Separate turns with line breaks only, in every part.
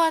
は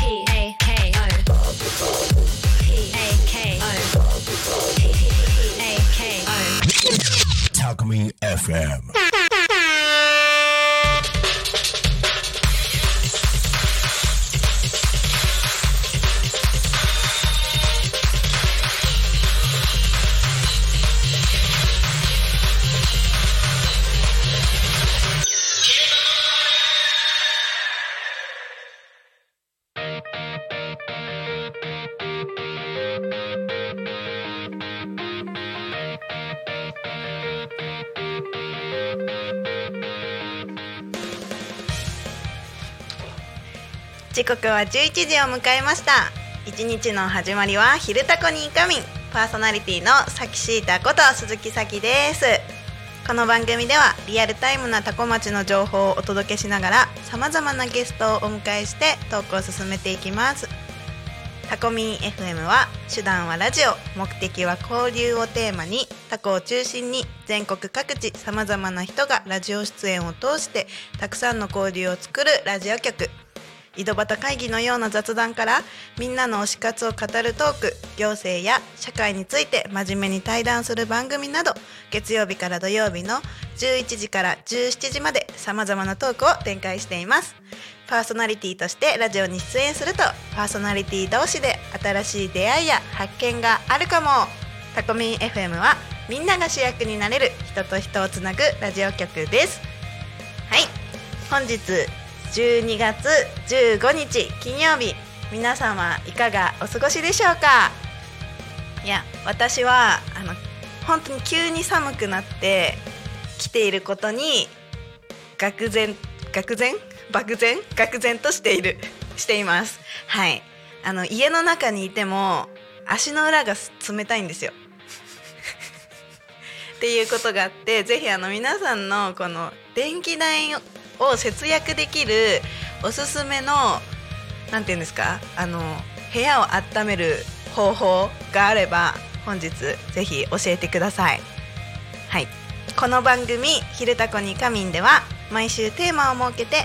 P A K O. P A K O. P A K O.
Talk Me FM.
時刻は11時を迎えました一日の始まりは「昼タコにいかみん」パーソナリティのさきしーたこと鈴木咲ですこの番組ではリアルタイムなタコ町の情報をお届けしながらさまざまなゲストをお迎えしてトークを進めていきますタコミン FM は手段はラジオ目的は交流をテーマにタコを中心に全国各地さまざまな人がラジオ出演を通してたくさんの交流を作るラジオ局井戸端会議のような雑談からみんなの推し活を語るトーク行政や社会について真面目に対談する番組など月曜日から土曜日の11時から17時までさまざまなトークを展開していますパーソナリティとしてラジオに出演するとパーソナリティ同士で新しい出会いや発見があるかもタコミン FM はみんなが主役になれる人と人をつなぐラジオ局ですはい本日12月15日金曜日皆様いかがお過ごしでしょうかいや私はあの本当に急に寒くなって来ていることに愕然愕然漠然愕然としているしていますはいあの家の中にいても足の裏がす冷たいんですよっていうことがあってぜひあの皆さんのこの電気代をを節約できるおすすめのなんて言うんですかあの部屋を温める方法があれば本日ぜひ教えてくださいはいこの番組「ひるたこにかみん」では毎週テーマを設けて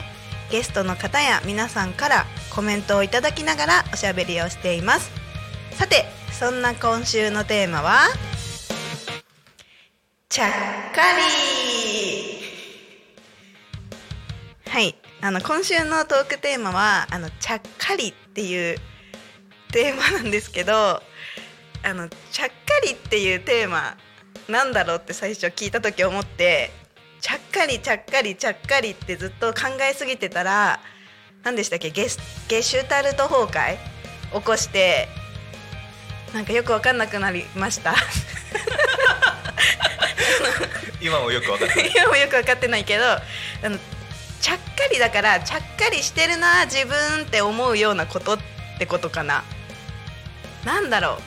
ゲストの方や皆さんからコメントをいただきながらおしゃべりをしていますさてそんな今週のテーマはちゃっかりはい、あの今週のトークテーマはあのちゃっかりっていうテーマなんですけど、あのちゃっかりっていうテーマなんだろうって最初聞いた時思って、ちゃっかりちゃっかりちゃっかりってずっと考えすぎてたら、何でしたっけゲスゲシュタルト崩壊起こしてなんかよくわかんなくなりました。
今もよくわかってない
今もよく分かってないけどあのちゃっかりだからちゃっかりしてるな自分って思うようなことってことかななんだろ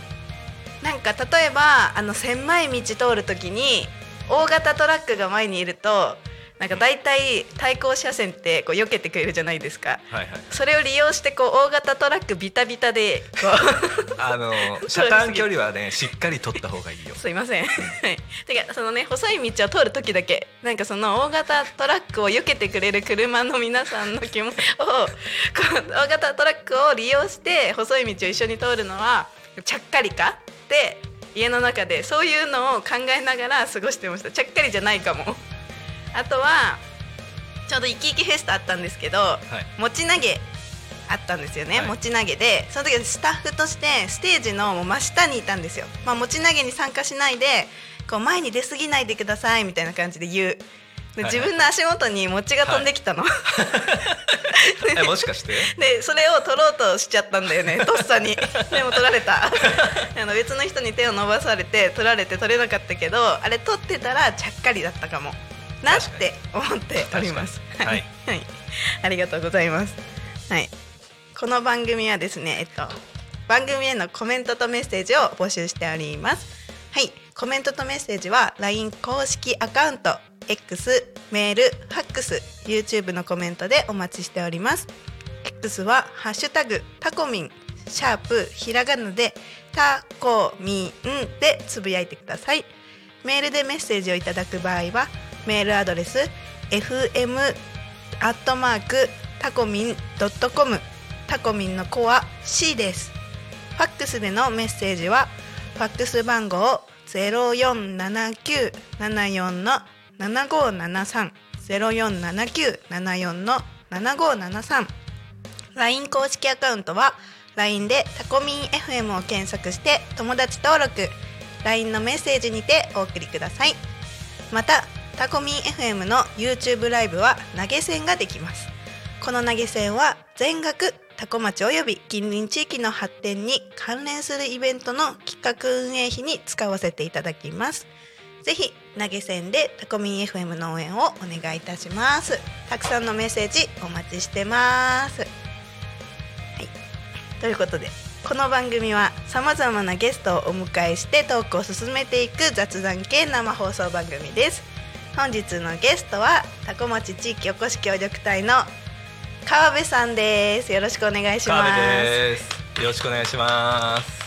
うなんか例えばあの狭い道通るときに大型トラックが前にいるとなんか大体対向車線ってこう避けてくれるじゃないですか
はいはい
それを利用してこう大型トラックビタビタでこ
あの車間距離はねしっかり取った方がいいよ
うすいませんはいてかそのね細い道を通る時だけなんかその大型トラックを避けてくれる車の皆さんの 気持ちをこう大型トラックを利用して細い道を一緒に通るのはちゃっかりかって家の中でそういうのを考えながら過ごしてましたちゃっかりじゃないかもあとはちょうど「イキイキフェスタ」あったんですけど、
はい
持ち投げあったんですよね、
はい
持ち投げでその時はスタッフとしてステージのもう真下にいたんですよ、まあ、持ち投げに参加しないでこう前に出過ぎないでくださいみたいな感じで言うで
はいはい
自分の足元に餅が飛んできたの、
えもしかして
でそれを取ろうとしちゃったんだよ ねとっさにでも取られた あの別の人に手を伸ばされて取られて取れなかったけどあれ取ってたらちゃっかりだったかもなって思っております
確かにはい
はい、ありがとうございますはいこの番組はですね、えっと、番組へのコメントとメッセージを募集しております。はい、コメントとメッセージは LINE 公式アカウント、X、メール、ファックス、YouTube のコメントでお待ちしております。X はハッシュタグタコミン、シャープひらがなでタコミンでつぶやいてください。メールでメッセージをいただく場合はメールアドレス fm アットマークタコミンドットコムタコミンの子は C です。ファックスでのメッセージはファックス番号ゼロ四七九七四の七五七三ゼロ四七九七四の七五七三 LINE 公式アカウントは LINE でタコミン FM を検索して友達登録 LINE のメッセージにてお送りくださいまたタコミン FM の YouTube ライブは投げ銭ができますこの投げ銭は全額タコ町及び近隣地域の発展に関連するイベントの企画運営費に使わせていただきますぜひ投げ銭でタコミン FM の応援をお願いいたしますたくさんのメッセージお待ちしてますということでこの番組はさまざまなゲストをお迎えしてトークを進めていく雑談系生放送番組です本日のゲストはタコ町地域おこし協力隊の川辺さんですよろしくお願いし
川
ます
辺です。よろしくお願いします。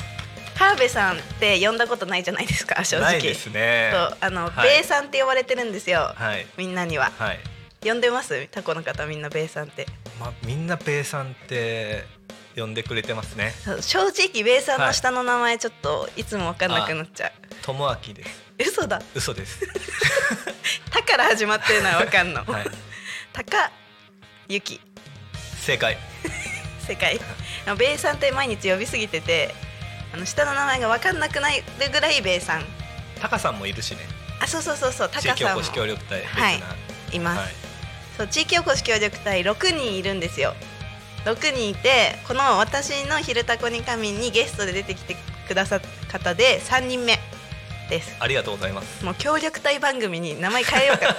川辺さんって呼んだことないじゃないですか正直
ないですね。
そうあの、
はい
ベイさんって呼ばれてるんですよ、
はい
みんなには
はい。
呼んでますタコの方みんなベイさんって
まあみんなペイさんって呼んでくれてますね。
そう正直ベイさんの下の名前ちょっといつも分かんなくなっちゃう、
ともあきです。
嘘だ
嘘です。
タから始まってるのはわかんの。
はい。
タカユキ
正解。
世界。あのベイさんって毎日呼びすぎてて、あの下の名前がわかんなくなるぐらいベイさん。
タカさんもいるしね。
あ、そうそうそうそう、タ
地
カ
域お
さんも
こし協力隊。
はい
ベトナム
います、
はい。
そう地域おこし協力隊六人いるんですよ。六人いて、この私の昼タコに神にゲストで出てきてくださった方で三人目です。
ありがとうございます。
もう協力隊番組に名前変えようかな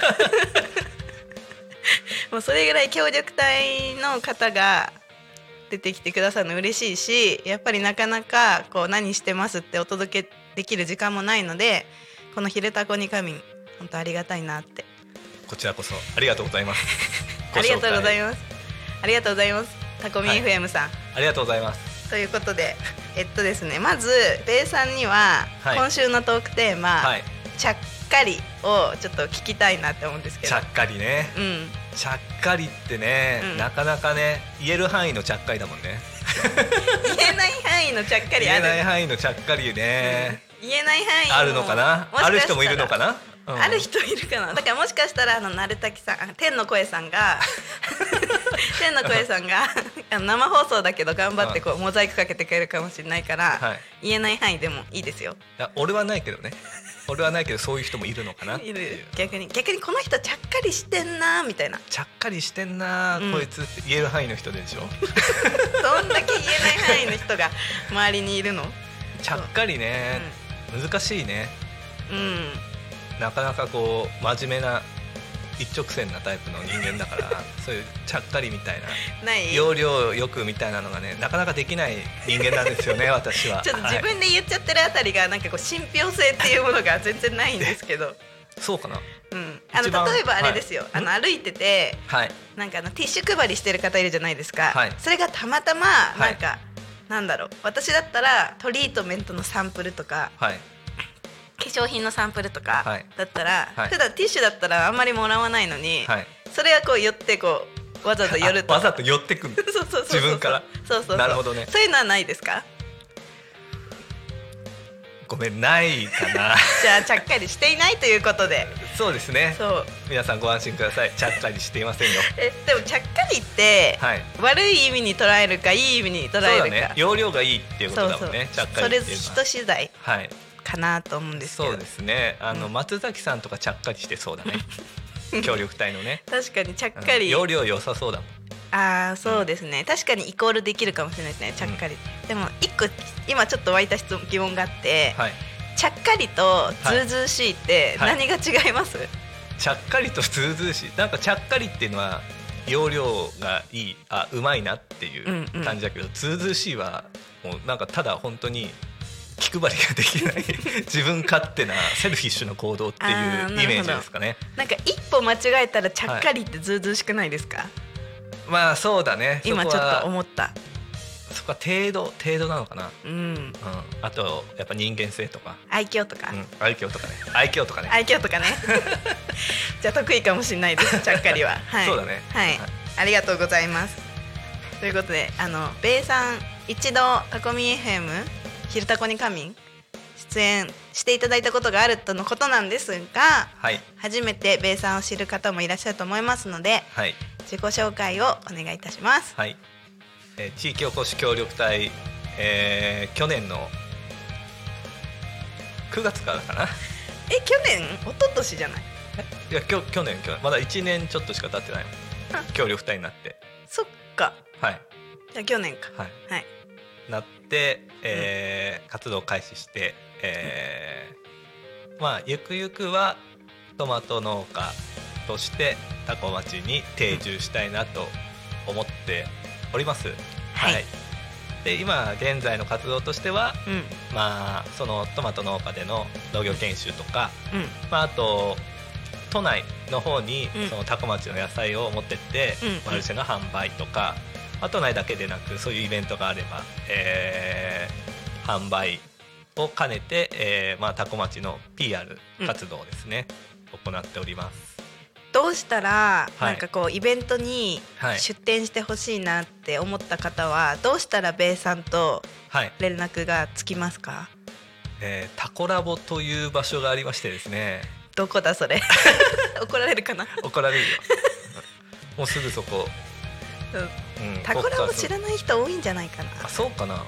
もうそれぐらい協力隊の方が出てきてくださるの嬉しいしやっぱりなかなかこう何してますってお届けできる時間もないのでこの「昼タコに神」本当ありがたいなって
こちらこそありがとうございます。
ありがとうござい
ま
ますありがとうございますタコミン
はい
FM さん、
す。ありがとうございます。
ということでえっとですねまずベイさんには
はい
今週のトークテーマ「
はい。
ちゃっかり」をちょっと聞きたいなって思うんですけ
ち
ど
ゃっかりね。
うん
ちゃっかりってね、
うん
なかなかね言える範囲のちゃっかりだもんね。
言えない範囲のちゃっかり
言
あ
え
る
ない範囲のちゃっかりね。
言えない範囲
あるのかな。
もししたら
ある人もいるのかな。うん
ある人いるかなだからもしかしたらあの鳴滝さんあ天の声さん が天の声さんがあの生放送だけど頑張ってこうモザイクかけてくれるかもしれないから、
はい
言えない範囲でもいいですよ
いや俺はないけどね。俺はないけどそういう人もいるのかなってい。
いうる逆に逆にこの人ちゃっかりしてんなみたいな
ちゃっかりしてんな、
うん
こいつって言える範囲の人で しょ
どんだけ言えない範囲の人が周りにいるの
ちゃっかりね、難しいね
うん
なかなかこう真面目な一直線なタイプの人間だから そういうちゃっかりみたいな
ない
要領よくみたいなのがねなかなかできない人間なんです よね私は
ちょっと自
はい、
分で言っちゃってるあたりがなんかこう信憑性っていうものが全然ないんですけ ど、
そうかな
うん、あの
一番
例えばあれですよ、
はい
あの歩いてて
はい
なんかあのティッシュ配りしてる方いるじゃないですか、
はい
それがたまたま
い
なんか、なんだろう私だったらトリートメントのサンプルとか
はい
化粧品のサンプルとか
はい
だったら、
はい
普段ティッシュだったらあんまりもらわないのに、
はい
それはこう寄ってこうわざわざ寄ると
あわざと寄ってくん
そうそうそうそう
自分から
そうそうそう
なるほどね
そういうのはないですか
ごめんないかな
じゃあちゃっかりしていないということで
そうですね
そう
皆さんご安心くださいちゃっかりしていませんよ
えでもちゃっかりって、
はい
悪い意味に捉えるかいい意味に捉
そう
え
だ
る
ね
か
要領がいいっていうことだもんねちゃっか
そ
り
れ
っていうのは
人次第
はい
かなと思うんですけど
そうですねあの、
うん
松崎さんとかちゃっかりしてそうだ ね協力隊のね
確かにちゃっ
うん
かり、
要領良さそうだもん
ああそうですね、確かにイコールできるかもしれないですねちゃっかり、でも一個今ちょっと湧いた質問疑問があって、
はい
ちゃっかりとズーズーしいって
はい
何が違います、
ちゃっかりとずうずうしいなんかちゃっかりっていうのは容量がいいあうまいなってい
ん
う
うん
感じだけど、ズーズーしいはもうなんかただ本当に気配りができない 自分勝手なセルフィッシュな行動ってい
あー
うイメージですかね。
なんか一歩間違えたらちゃっかりってずうずうしくないですか、
まあそうだね
今
そ
ち
こ
ょっ
は
と思った
そこは程度程度なのかな、
うん
うん、あとやっぱ人間性とか、
愛嬌とか、
うん、愛嬌とかね愛嬌とかね、
愛嬌とかね じゃあ得意かもしれないですちゃっかり は、はい、
そうだね
はい、
はい
ありがとうございますということであのベイさん一度タコミ FM「昼タコに神」出演していただいたことがあるとのことなんですが
はい
初めてベイさんを知る方もいらっしゃると思いますので
はい
自己紹介をお願いいたします
はい、えー地域おこし協力隊、えー去年の9月からかな
え去年一昨年じゃない
いやきょ去年去年まだ1年ちょっとしか経っ てないもん協力隊になって
そっか
はい
じゃあ去年か
はい
はい
なって、えー活動開始して、えーまあゆくゆくはトマト農家としてタコ町に定住したいなと思っております。
はい
で今現在の活動としては
うん
まあそのトマト農家での農業研修とか、
うん
まあ、あと都内の方に
うん
そのタコ町の野菜を持ってって、
うん
マルシェの販売とか、まあ、都内だけでなくそういうイベントがあれば、えー販売を兼ねて、えーまあ、タコ町の PR 活動をですね、行っております。
どうしたら、
は
な
い
んかこうイベントに
はい
出店してほしいなって思った方は、どうしたらベイさんと
はい
連絡がつきますか
えータコラボという場所がありましてです ね
どこだそ れ怒られるかな
怒られるよもうすぐ そこ、うん、
タコラボ知
ない
らない人多いんじゃないかな
あそうかな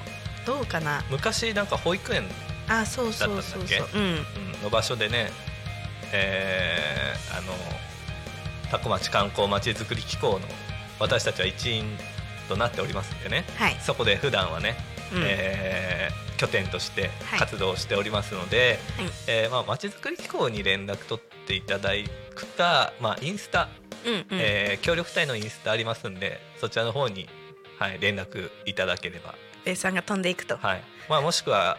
どうかな
昔なんか保育園
あそうそうそう
だ
そ
っ
う
た
う
ん
ん
うんの場所でね、えーあの多古町観光まちづくり機構の私たちは一員となっておりますんでね
はい、
そこで普段はね、
うん
えー拠点として
はい
活動しておりますので、
はい
えーまあ、まちづくり機構に連絡取っていただいた、まあ、インスタ、
うんうん、
えー協力隊のインスタありますんでそちらの方に、はい、連絡いただければ
ベイさんが飛んでいくと、
はいまあ、もしくは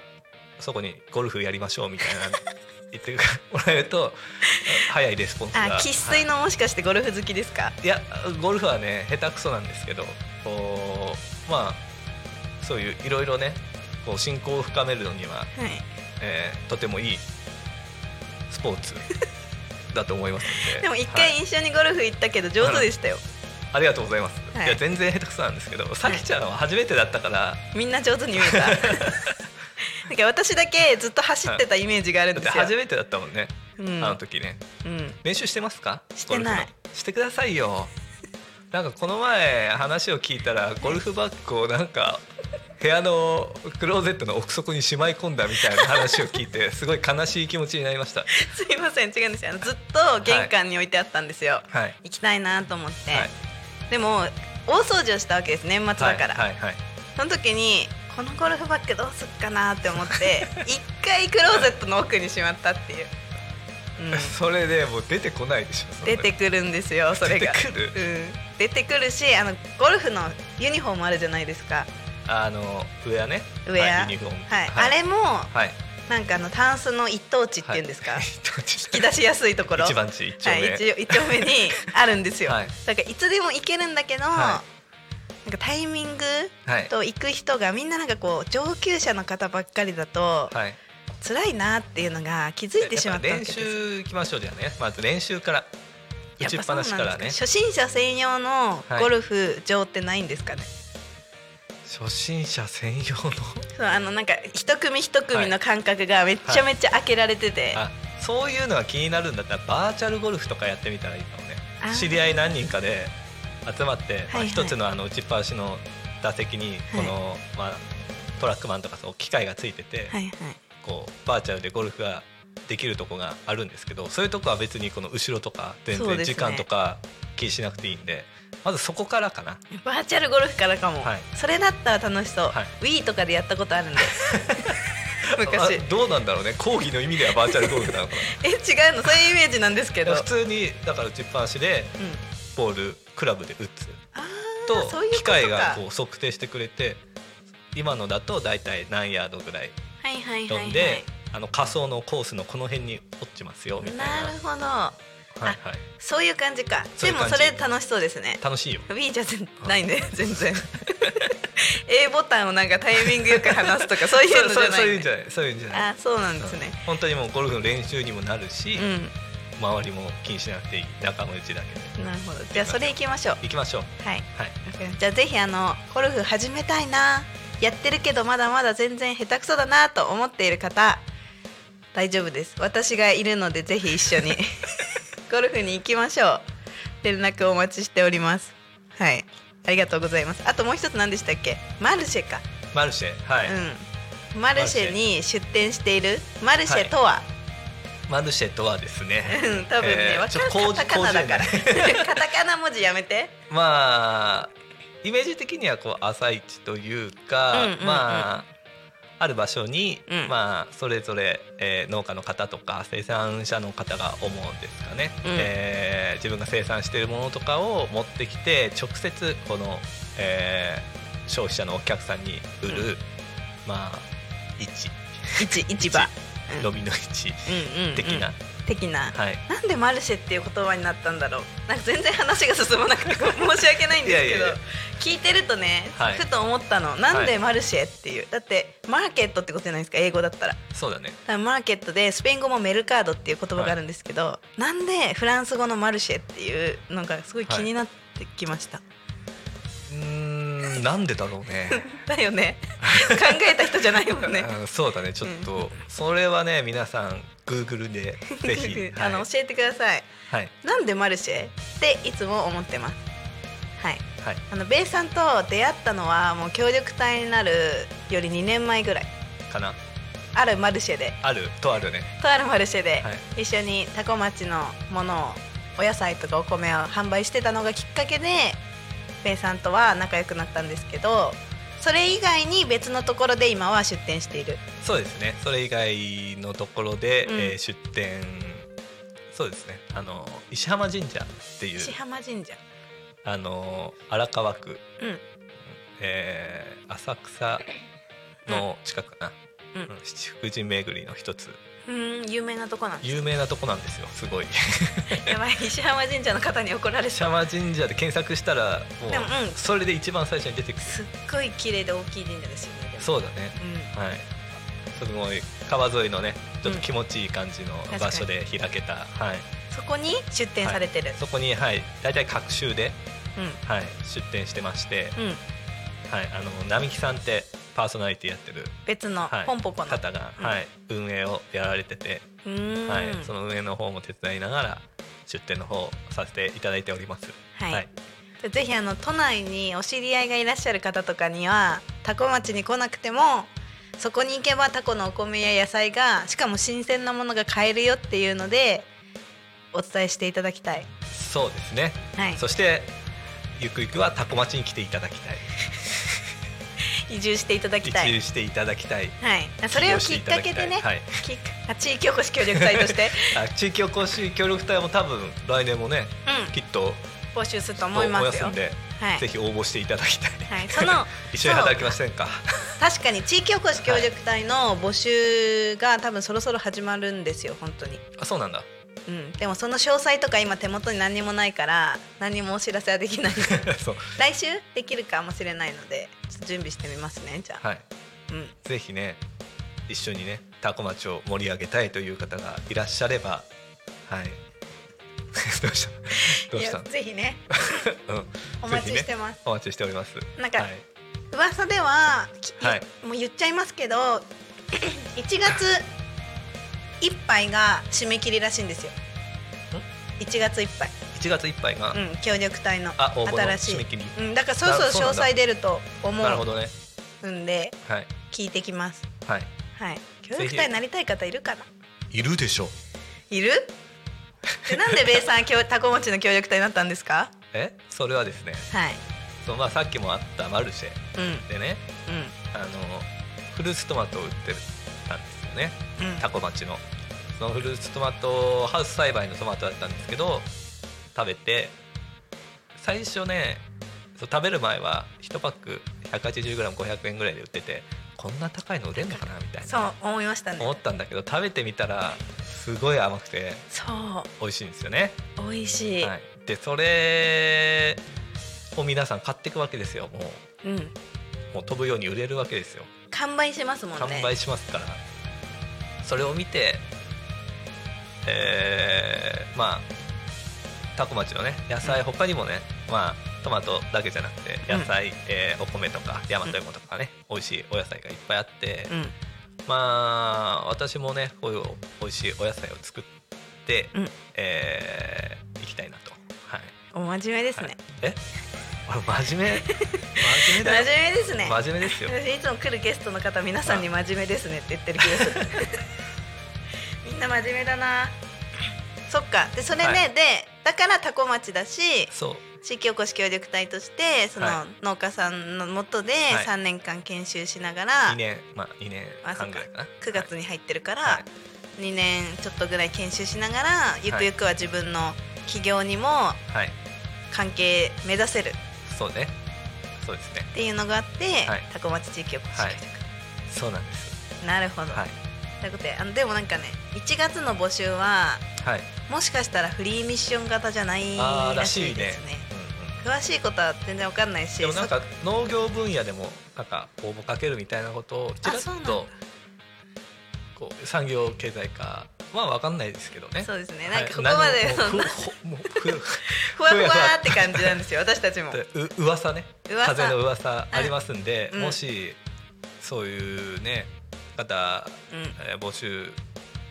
そこにゴルフやりましょうみたい な言ってもらえるとあ早いレスポンスが
あ生粋
は
のもしかしてゴルフ好きですか
い、いやゴルフはね下手くそなんですけどこうまあそういういろいろねこう進行を深めるのには、
はい
えーとてもいいスポ ーツだと思いますので
でも一
は
回
い
一緒にゴルフ行ったけど上手でしたよ、
ありがとうございます、
はい
い、や全然下手くそなんですけどさきちゃんは初めてだったから、
みんな上手に見え たなんか私だけずっと走ってたイメージがあるん
だっ
で
て
すよ、
初めてだったもんね、
うん
あの時ね
うん、
練習してますか
してない
ゴルフのしてくださいよなんかこの前話を聞いたらゴルフバッグをなんか部屋のクローゼットの奥底にしまい込んだみたいな話を聞いてすごい悲しい気持ちになりました
すいません違うんですよあのずっと玄関に置いてあったんですよ、
はい
行きたいなと思って、
はい
でも大掃除をしたわけです年末だから、
はいはいはい
その時にこのゴルフバッグどうすっかなって思って 一回クローゼットの奥にしまったっていう、う
それでもう出てこないでしょそ
ん、
んな
出
の
てくるんですよそれが
出てくる
うん、出てくるしあのゴルフのユニフォームあるじゃないですか
あのウェアね
ウェア、
はいユニフォーム
はい
はい
あれも
はい
なんかあのタンスの一等地っていうんです か、
は
引き出しやすいところ
一番地一丁
はい、
目
一応一丁目にあるんですよ、
はい
だからいつでも行けるんだけど、
は
なんかタイミング
はい
と行く人がみんななんかこう上級者の方ばっかりだと
はい
辛いなっていうのが気づいてしまったわけです
練習行きましょうじゃあねまず練習から打
や
ちっ
ぱ
ぱ
そうな
なんしからね
ですか初心者専用の
はい
ゴルフ場ってないんですかね、
初心者専用の
そうあのなんか一組一組の間隔がめっちゃめちゃ開けられてて、
あそういうのが気になるんだったらバーチャルゴルフとかやってみたらいいかもね
あー
知り合い何人かで集まって、ま
はいは
あ、
い
一つのあの打ちっぱなしの打席にこの、まあ、トラックマンとかそう機械がついてて、
はいはい
こうバーチャルでゴルフができるとこがあるんですけどそういうとこは別にこの後ろとか全
そうで
然
すね
時間とか気にしなくていいんでまずそこからかな
バーチャルゴルフからかも、
はい
それだったら楽しそう、
は
Wii とかでやったことあ るんで昔
あどうなんだろうね講義の意味ではバーチャルゴルフなのかな
え違うのそういうイメージなんですけど
普通にだから打ちっぱなしで
う
ボールクラブで打つ
あー
と
そういうこ
機
とか
械がこう測定してくれて今のだと大体何ヤードぐらい
はいはいはい、は
飛
い、
んであの仮想のコースのこの辺に落ちますよみたいな
なるほど
はいはい、
そういう感じか
そういう
でも
感じ
それ楽しそうですね
楽しいよ
B じゃ全ないね全然 A ボタンをなんかタイミングよく話すとかそういうのじ
そう
ゃ
そう
な
そう
い
いうん
ね
じゃないそういうんじゃない
あそうなんですね
本当にもうゴルフの練習にもなるし、
う
周りも気にしなくていい仲間内だけで
んなるほどじゃあそれ行きましょう
行きましょう
はい
はい
じゃあぜひあのゴルフ始めたいなやってるけどまだまだ全然下手くそだなと思っている方大丈夫です私がいるのでぜひ一 緒にゴルフに行きましょう連絡をお待ちしておりますはいありがとうございますあともう一つ何でしたっけマルシェか、
マルシェはい、
うんマルシェに出店しているマルシェとは、
マルシェとはですね
うん多分ね、
えー
わ
ち
か
ょっと
る
工
カ
事
タカナだから
工事
カタカナ文字やめて
まあイメージ的にはこう朝市というか、
うんうんうん
まあある場所に、
うん
まあそれぞれ、えー農家の方とか生産者の方が思うんですかね、
うん
えー自分が生産しているものとかを持ってきて直接この、えー消費者のお客さんに売る、まあ市
市市場うん
ロビの市
うんうんうん
的な、
的な
はい
なんでマルシェっていう言葉になったんだろうなんか全然話が進まなくて 申し訳ないんですけど
いやいやいや
聞いてるとね、
はい
ふと思ったのなんでマルシェっていうだってマーケットってことじゃないですか英語だったらだか
そうだね
らマーケットでスペイン語もメルカードっていう言葉があるんですけど、なんでフランス語のマルシェっていうのがすごい気になってきました、
うーんなんでだろうね
だよ ね考えた人じゃないもんね
うんそうだねちょっと、それはね皆さん Google でぜひ、
あの
はい
教えてください
はい
なんでマルシェっていつも思ってますはい
はい
あのベイさんと出会ったのはもう協力隊になるより2年前ぐらい
かな
あるマルシェで
あるとあるね
とあるマルシェで
はい
一緒に多古町のものをお野菜とかお米を販売してたのがきっかけでベイさんとは仲良くなったんですけどそれ以外に別のところで今は出店している
そうですねそれ以外のところで、
うん
えー出店そうですねあの石浜神社っていう
石浜神社
あの荒川区、
うん
えー浅草の近くかな、
うん
うん七福神巡りの一つ
うーん有名なとこなんです
有名なとこなんですよ すごい
やばい石浜神社の方に怒られ
石
ちゃう
浜神社で検索したらも
でもうん
うそれで一番最初に出てくる
すっごい綺麗で大きい神社ですよねでも
そうだね
うん
はい、すごい川沿いのねちょっと気持ちいい感じの
うん
場所で開けた、はい、
そこに出店されてる、
そこに、はい、大体各週で、はい、出店してまして、
うんうん
はい、あの並木さんってパーソナリティやってる、
別の
はい、
ポンポコの、
方が、
うん
はい、運営をやられてて、
うーん
はい、その運営の方も手伝いながら出店の方をさせていただいております。
はい
はい
ぜひあの都内にお知り合いがいらっしゃる方とかにはタコ町に来なくてもそこに行けばタコのお米や野菜がしかも新鮮なものが買えるよっていうのでお伝えしていただきたい、
そうですね、
はい、
そしてゆくゆくはタコ町に来ていただきたい
移住していただき
移
たい
住していただきたい
はい、それをきっかけでね、
はい
きっか 地域おこし協力隊と して、
あ地域おこし協力隊も多分来年もね
う
きっと
ん、募集すると思いますよ
お休みで、
はい
ぜひ応募していただきたい、
はい、その
一緒に働きませんか
確かに地域おこし協力隊の募集が多分そろそろ始まるんですよ本当に、
あそうなんだ
うん、でもその詳細とか今手元に何にもないから何にもお知らせはで きない
そう
来週できるかもしれないのでちょっと準備してみますねじゃあ、
はい
うん、
ぜひね一緒にねタコ町を盛り上げたいという方がいらっしゃればはい どうしたど
い
うし
や
た
ぜ ひね
うん
お待ち
ぜ
し
ひね
てます、
お待ちしております
なんか
はい、
噂では、き
はい
もう言っちゃいます けど1月いっぱいが締め切りらしいんですよ1月いっぱい
1月いっぱいが、
うん、協力隊の
あ応募の
新しい
締め切り
うん、だからそろそろ
なそう
詳
なんだ
細出ると思
なるほどね
うんで
はい
聞いてきます
はい
はい協力隊になりたい方いるかない
るでしょ
いるでなんでベイさんはタコ持ちの協力隊になったんですか
えそれはですね
はい
そう、まあ、さっきもあったマルシェ
うんうん
でねあのフルーツトマトを売ってたんですよね
うん
タコ町のそのフルーツトマトハウス栽培のトマトだったんですけど食べて最初ねそう食べる前は1パック 180g500 円ぐらいで売っててこんな高いの売れんのかなみたい
そう
な
思いましたね
思ったんだけど食べてみたらすごい甘くて
そ
美味しいんですよね。
う美味しい、
はい、でそれを皆さん買っていくわけですよも
うん
うもう飛ぶように売れるわけですよ
完売しますもんね
完売しますからそれを見てえーまあタコ町のね野菜他にもね、まあトマトだけじゃなくて
うん
野菜、えーお米とか大和芋とかね、美味しいお野菜がいっぱいあって、
うん
まあ私もねこういう美味しいお野菜を作って、
うん
えーいきたいなとはい
お真面目ですね、
え 俺真 面目真面目だよ
真面目ですね
真面目ですよ
私いつも来るゲストの方皆さんに真面目ですねって言ってる気がする みんな真面目だなそっかでそれね、
は
でだから多古町だし
そう
地域おこし協力隊としてその
はい
農家さんのもとで
はい
3年間研修しながら、
2年まあ2年
あそっ
半
か
ぐらいかな
9月に入ってるから、
はい
2年ちょっとぐらい研修しながらゆくゆくは自分の企業にも
はい、はい
関係目指せる
そうねそうですね
っていうのがあって、
はい
多古町地域おこし協力隊、
そうなんです
なるほど、
はい
ということであのでもなんかね1月の募集は
はい、
もしかしたらフリーミッション型じゃない
あー
らしいですね
うんうん
詳しいことは全然わかんないし
でもなん
そ
か農業分野でもなんか応募かけるみたいなことをちらっ
そうなんだ
とこう産業経済かまあわかんないですけどね
そうですね
は
ないんかここまでそ
何
んな
ももうふもう
ふわふわって感じなんですよ私たちも
ふでう噂ね
噂
風の噂ありますんで、
うん
もしそういうね方、
うん
えー募集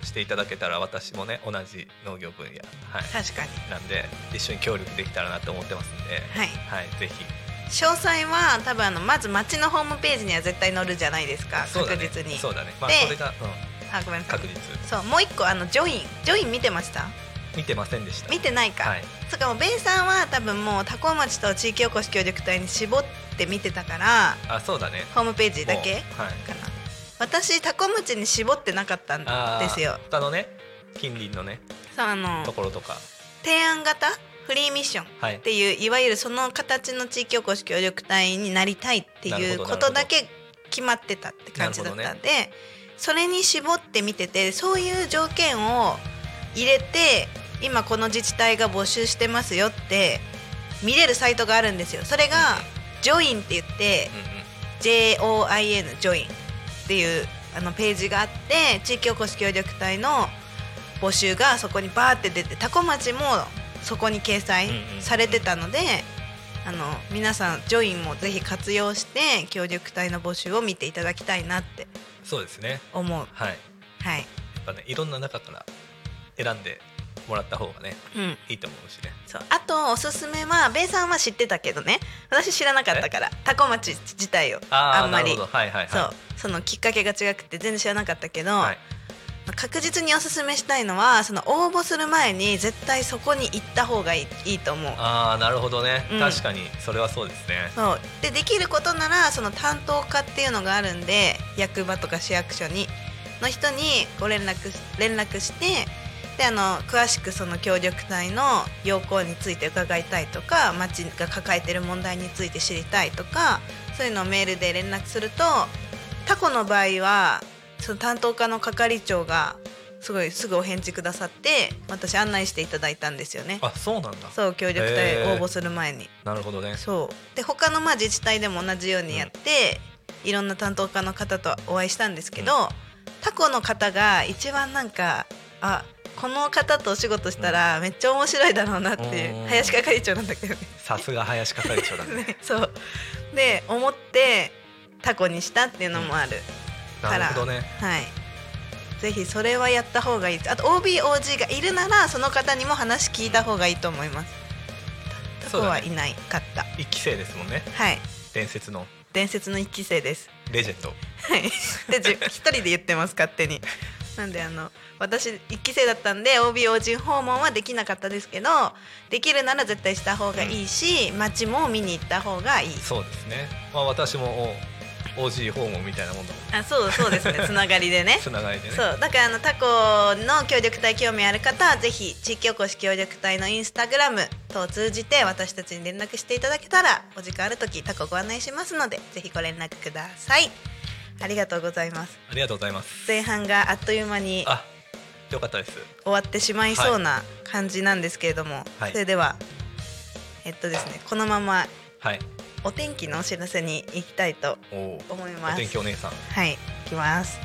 していただけたら私もね同じ農業分野、はい、
確かに
なんで一緒に協力できたらなと思ってますんで、
はい
はい、ぜひ
詳細は多分あのまず町のホームページには絶対載るじゃないですか、
そうだ
確
ね
実に
そうだねまあ
で
それが、うん
あごめんなさい
確実
そうもう一個あのジョインジョイン見てました
見てませんでした
見てないか、
はい
そっかもうベイさんは多分もう多古町と地域おこし協力隊に絞って見てたから
あそうだね
ホームページだけ
もうはい
かな私タコ町に絞ってなかったん
あー
ですよ
他のね近隣のね
そうあの
ところとか
提案型フリーミッションっ
はい
ていういわゆるその形の地域おこし協力隊になりたいって
なる
い
ほ
う
ど
ことだけ決まってたって感じだったんで、
なるほ
それに絞って見ててそういう条件を入れて今この自治体が募集してますよって見れるサイトがあるんですよそれが「ジョイン」って言って、
うんうん
JOIN ジョインっていうあのページがあって地域おこし協力隊の募集がそこにバーって出てタコ町もそこに掲載
うんうん
されてたので、あの皆さんジョインもぜひ活用して協力隊の募集を見ていただきたいなって
そうですね
思う
はいや
はい、
っぱねいろんな中から選んでもらった方がね
うん、
いいと思うしね
そうあとおすすめはベイさんは知ってたけどね私知らなかったからタコ町自体を
あー
あんまり
なるほどはいはいはい
そうそのきっかけが違くて全然知らなかったけど、
はい
確実におすすめしたいのはその応募する前に絶対そこに行った方がいいいいと思う。
ああなるほどね、
うん
確かにそれはそうですね
そうでできることならその担当課っていうのがあるんで役場とか市役所にの人にご連絡し連絡してであの詳しくその協力隊の要項について伺いたいとか町が抱えてる問題について知りたいとかそういうのをメールで連絡するとタコの場合はその担当課の係長がすごいすぐお返事くださって私案内していただいたんですよね。
あそうなんだ
そう協力隊
へ
応
ー
募する前に
なるほどね
そうで他のまあ自治体でも同じようにやって、いろんな担当課の方とお会いしたんですけど、タコの方が一番なんかあこの方とお仕事したらめっちゃ面白いだろうなっていう、
うん
林係長なんだけどね
さすが林係長だね
そうで思ってタコにしたっていうのもある、
なるほどね
はいぜひそれはやった方がいいあと OBOG がいるならその方にも話聞いた方がいいと思いますタ
そう
コ
だ
は
ね
いないかった、
一期生ですもんね
はい
伝説の
伝説の一期生です
レジェンド
はい、でじ一人で言ってます勝手になんであの私1期生だったんで OB 応人訪問はできなかったですけどできるなら絶対した方がいいし、街も見に行った方がいい
そうですねまあ私も OG 訪問みたいなもんだもん
あそうそうです ねつながりでね
つながりでね
そうだからあのタコの協力隊興味ある方はぜひ地域おこし協力隊のインスタグラム等を通じて私たちに連絡していただけたらお時間ある時タコご案内しますのでぜひご連絡くださいありがとうございます
ありがとうございます
前半があっという間に
あよかったです
終わってしまいそうな感じなんですけれども、
はい
それではえっとですねこのまま
はい
お天気のお知らせに行きたいと
おお
思いま
お
す
天気お姉さん
はい行きます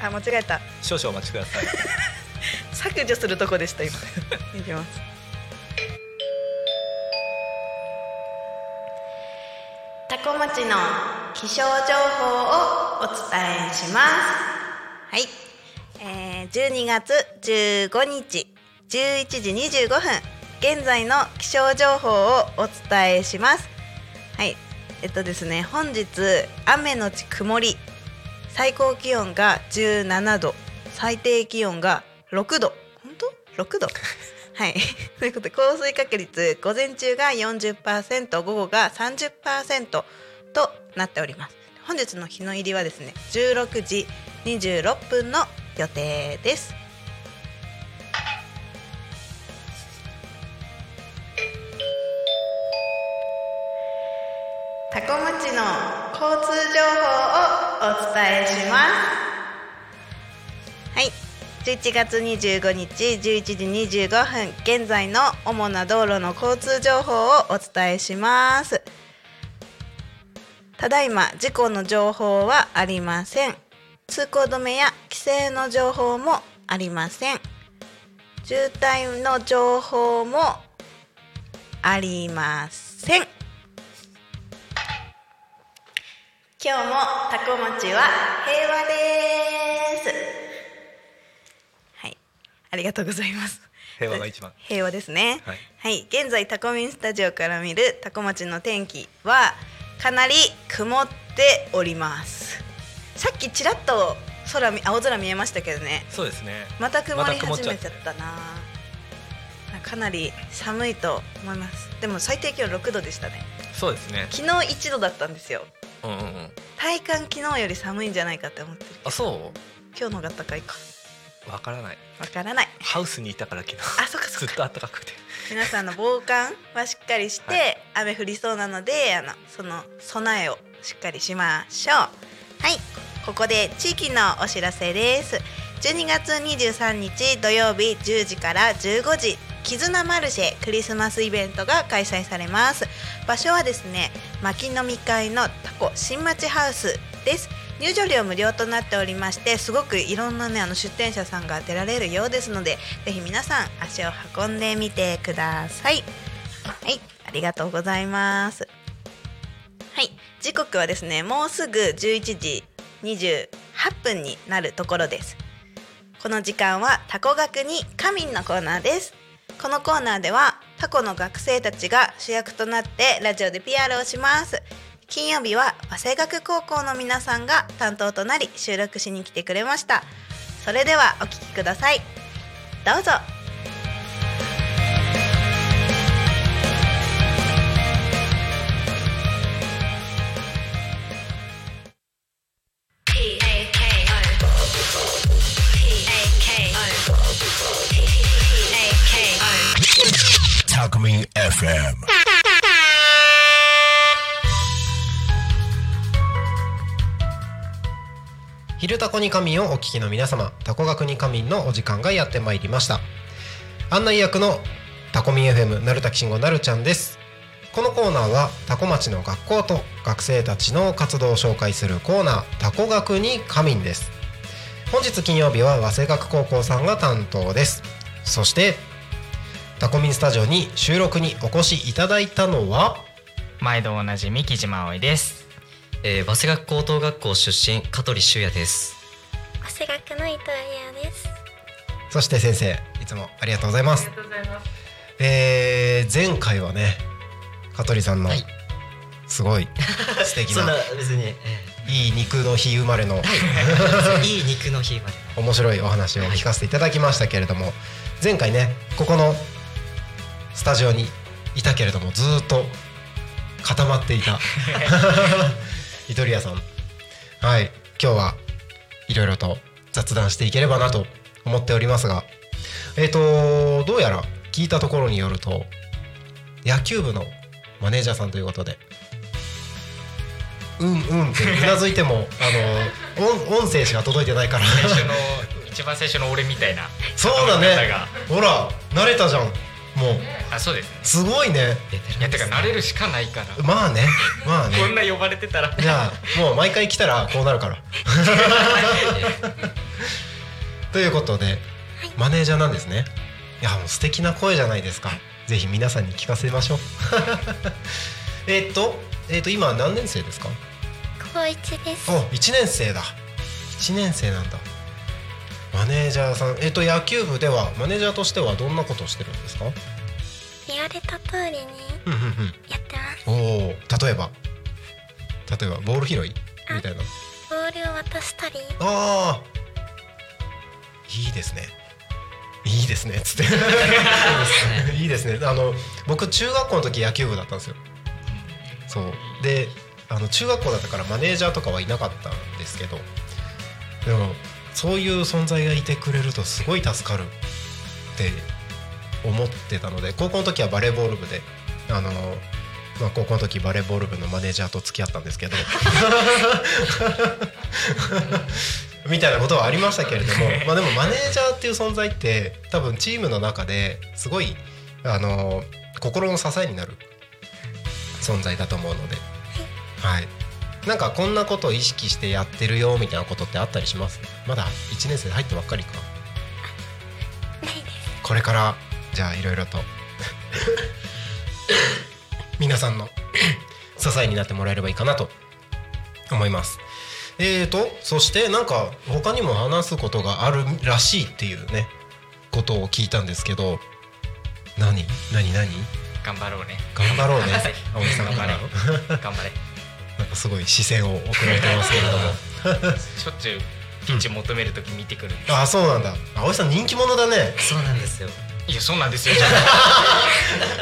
あ間違えた
少々お待ちく ださい
削除するとこでした今いきますタコ町の気象情報をお伝えしますはい、えー、12月15日11時25分現在の気象情報をお伝えしますはいえっとですね本日雨のち曇り最高気温が17度最低気温が6度本当6度はい ということで降水確率午前中が40%午後が30%となっております本日の日の入りはですね16時26分の予定ですタコ町の交通情報をお伝えしますはい。11月25日11時25分現在の主な道路の交通情報をお伝えします。ただいま事故の情報はありません。通行止めや規制の情報もありません。渋滞の情報もありません。今日もタコ町は平和です。はい、ありがとうございます。
平和が一番
平和ですね。
はい
はい、現在タコミンスタジオから見るタコ町の天気はかなり曇っております。さっきちらっと空み青空見えましたけどね。
そうですね
また曇り
また曇っ
始
ちゃ
め
っ
ち
て
ゃったな。かなり寒いと思います。でも最低気温6度でしたね。
そうですね
昨日1度だったんですよ。
うんうんうん
体感昨日より寒いんじゃないかって思ってる
あそ
今日の方が高いか
うわからない
わからない
ハウスにいたから昨
あそっか
日
そ
ず
っ
っ
か
と暖かくて
皆さんの防寒はしっかりして、
は
雨降りそうなのであのその備えをしっかりしましょうはいここで地域のお知らせです12月23日土曜日10時から15時絆マルシェクリスマスイベントが開催されます場所はですね牧飲み会のタコ新町ハウスです入場料無料となっておりましてすごくいろんなねあの出店者さんが出られるようですのでぜひ皆さん足を運んでみてくださいはいありがとうございますはい時刻はですねもうすぐ11時28分になるところですこの時間はタコ学に仮眠のコーナーですこのコーナーではタコの学生たちが主役となってラジオで PR をします金曜日は早稲学高校の皆さんが担当となり収録しに来てくれましたそれではお聞きくださいどうぞ
Talk Me FM.
昼タコに仮眠をお聞きの皆様タコ学に仮眠のお時間がやってまいりました案内役のタコミン FM なるたきしんごなるちゃんですこのコーナーはタコ町の学校と学生たちの活動を紹介するコーナータコ学に仮眠です本日金曜日は早稲学高校さんが担当ですそしてタコミンスタジオに収録にお越しいただいたのは
毎度おなじみ木島葵です
えー、早稲学高等学校出身香取修也です
汗がくのイタリアです。
そして先生いつもありがとうございます。えー前回はね香取さんの
はい
すごい素 敵な、
別に、
いい肉の日生まれの
はい、 いい肉の日まで
面白いお話を聞かせていただきましたけれども、前回ねここのスタジオにいたけれどもずーっと固まっていた イトリアさんはい今日はいろいろと雑談していければなと思っておりますがえっ、とどうやら聞いたところによると野球部のマネージャーさんということでうんうんってうなずいてもあの音音声しか届いてないから
最初の一番最初の俺みたいな
そうだ
方
ね
が
ほら慣れたじゃんも
あそうですね
うすごいね
いやてか慣れるしかないからこ
まあねまあね
んな呼ばれてたら
じゃあもう毎回来たらこうな るから。ということで、マネージャーなんですね。いやもう素敵な声じゃないですか。ぜひ皆さんに聞かせましょう。 えっとえっと今何年生ですか。
高一です。
お一年生だ。一年生なんだ。マネージャーさんえっと野球部ではマネージャーとしてはどんなことをしてるんですか。
言われた通りに
うんうん
やってます。
うん。おお例えば例えばボール拾いみたいな。
ボールを渡したり、
ああいいですねいいですねつっていいですねあの僕中学校の時野球部だったんですよそうであの中学校だったからマネージャーとかはいなかったんですけどでもそういう存在がいてくれるとすごい助かるって思ってたので高校の時はバレーボール部であの、まあ、高校の時バレーボール部のマネージャーと付き合ったんですけどみたいなことはありましたけれども、まあ、でもマネージャーっていう存在って多分チームの中ですごいあの心の支えになる存在だと思うので、はい、なんかこんなことを意識してやってるよみたいなことってあったりしますまだ1年生入ったばっかりか
ないです。
これからじゃあいろいろと皆さんの 支えになってもらえればいいかなと思います。えーとそしてなんか他にも話すことがあるらしいっていうねことを聞いたんですけど何何何
頑張ろうね
頑張ろうね
はい
青木さんから
頑張れ頑張れ
なんかすごい視線を送られてますけれども
しょっちゅうピッチ求めるとき見てくる、
ああそうなんだ青井さん人気者だね
そうなんですよ
いやそうなんですよ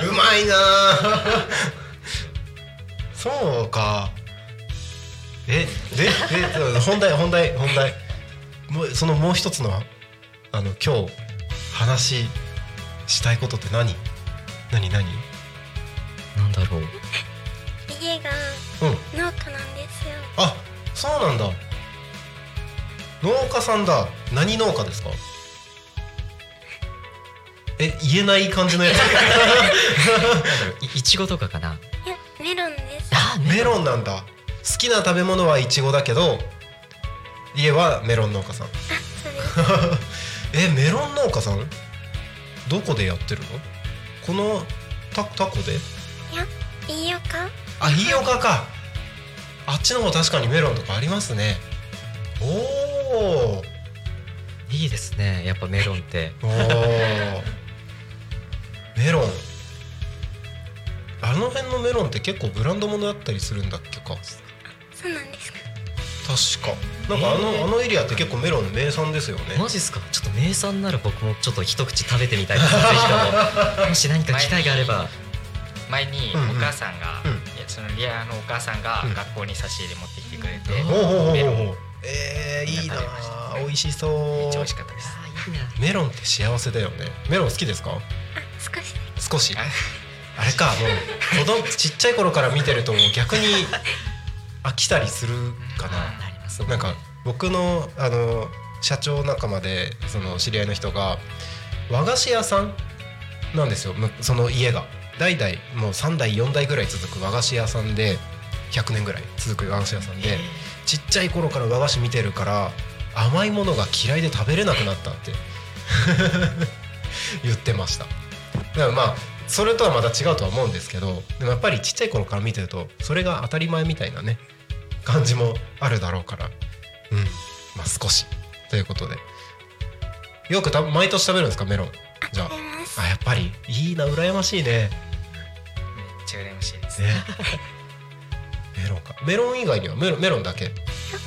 うまいなあ そうかえでで本題本題本題もうそのもう一つのあの今日話したいことって何何何
なんだろう
家が
うん
農家なんですよ。
あそうなんだ農家さんだ何農家ですかえ言えない感じのやつ
い いちごとかかない
や、メロンです。
あ
メロンなんだ好きな食べ物はイチゴだけど家はメロン農家さん
そうです。
えメロン農家さんどこでやってるのこのタタコで
いいよか。
あ飯岡かあっちの方確かにメロンとかありますねおー
いいですねやっぱメロンって
おーメロンあの辺のメロンって結構ブランドものだったりするんだっけか
そうなんですか。
確かなんかあの,、あのエリアって結構メロン名産ですよね
マジっすかちょっと名産なら僕もちょっと一口食べてみたいですぜひとももし何か機会があれば
前に
うんうん
お母さんが、
うん
いやそのリアのお母さんが
うん
学校に差し入れ持ってきてくれて、
おうおうおうおう
メロンめっ
えー、いいなあ美味しそう
ちゃ美味しかったです
メロンって幸せだよねメロン好きですか
あ、少しで
少し
あ
あれかもう子供ちっちゃい頃から見てるともう逆に飽きたりするか な
なります
なんか僕のあの社長仲間でその知り合いの人が和菓子屋さんなんですよむその家が代々もう3代4代ぐらい続く和菓子屋さんで100年ぐらい続く和菓子屋さんでちっちゃい頃から和菓子見てるから甘いものが嫌いで食べれなくなったって 言ってましただからまあそれとはまた違うとは思うんですけどでもやっぱりちっちゃい頃から見てるとそれが当たり前みたいなね感じもあるだろうからうんまあ少しということでよくた毎年食べるんですかメロンじゃあ
食べます。
あやっぱりいいな羨ましい ね
ちゃ羨ましいです
ねメロンかメロン以外にはメロンメロンだけ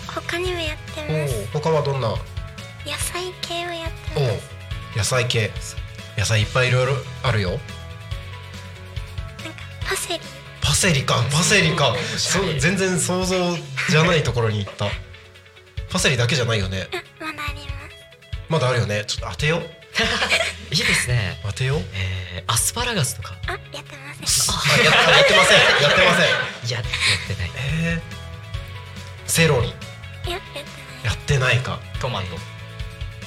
他にもやって
お
ます。
ー他はどんな
野菜系をやってます。
お野菜系野菜いっぱいいろいろあるよ
なんかパセリ、
パセリかパセリかそう全然想像じゃないところに行ったパセリだけじゃないよね
まだあります
まだあるよねちょっと当てよ う
いいですね。
当てよう
えー、アスパラガスとか。
あやってません
あやったやってませんやってません
いや、やってない。
えー、セロリ
いややってない
やってないか
トマト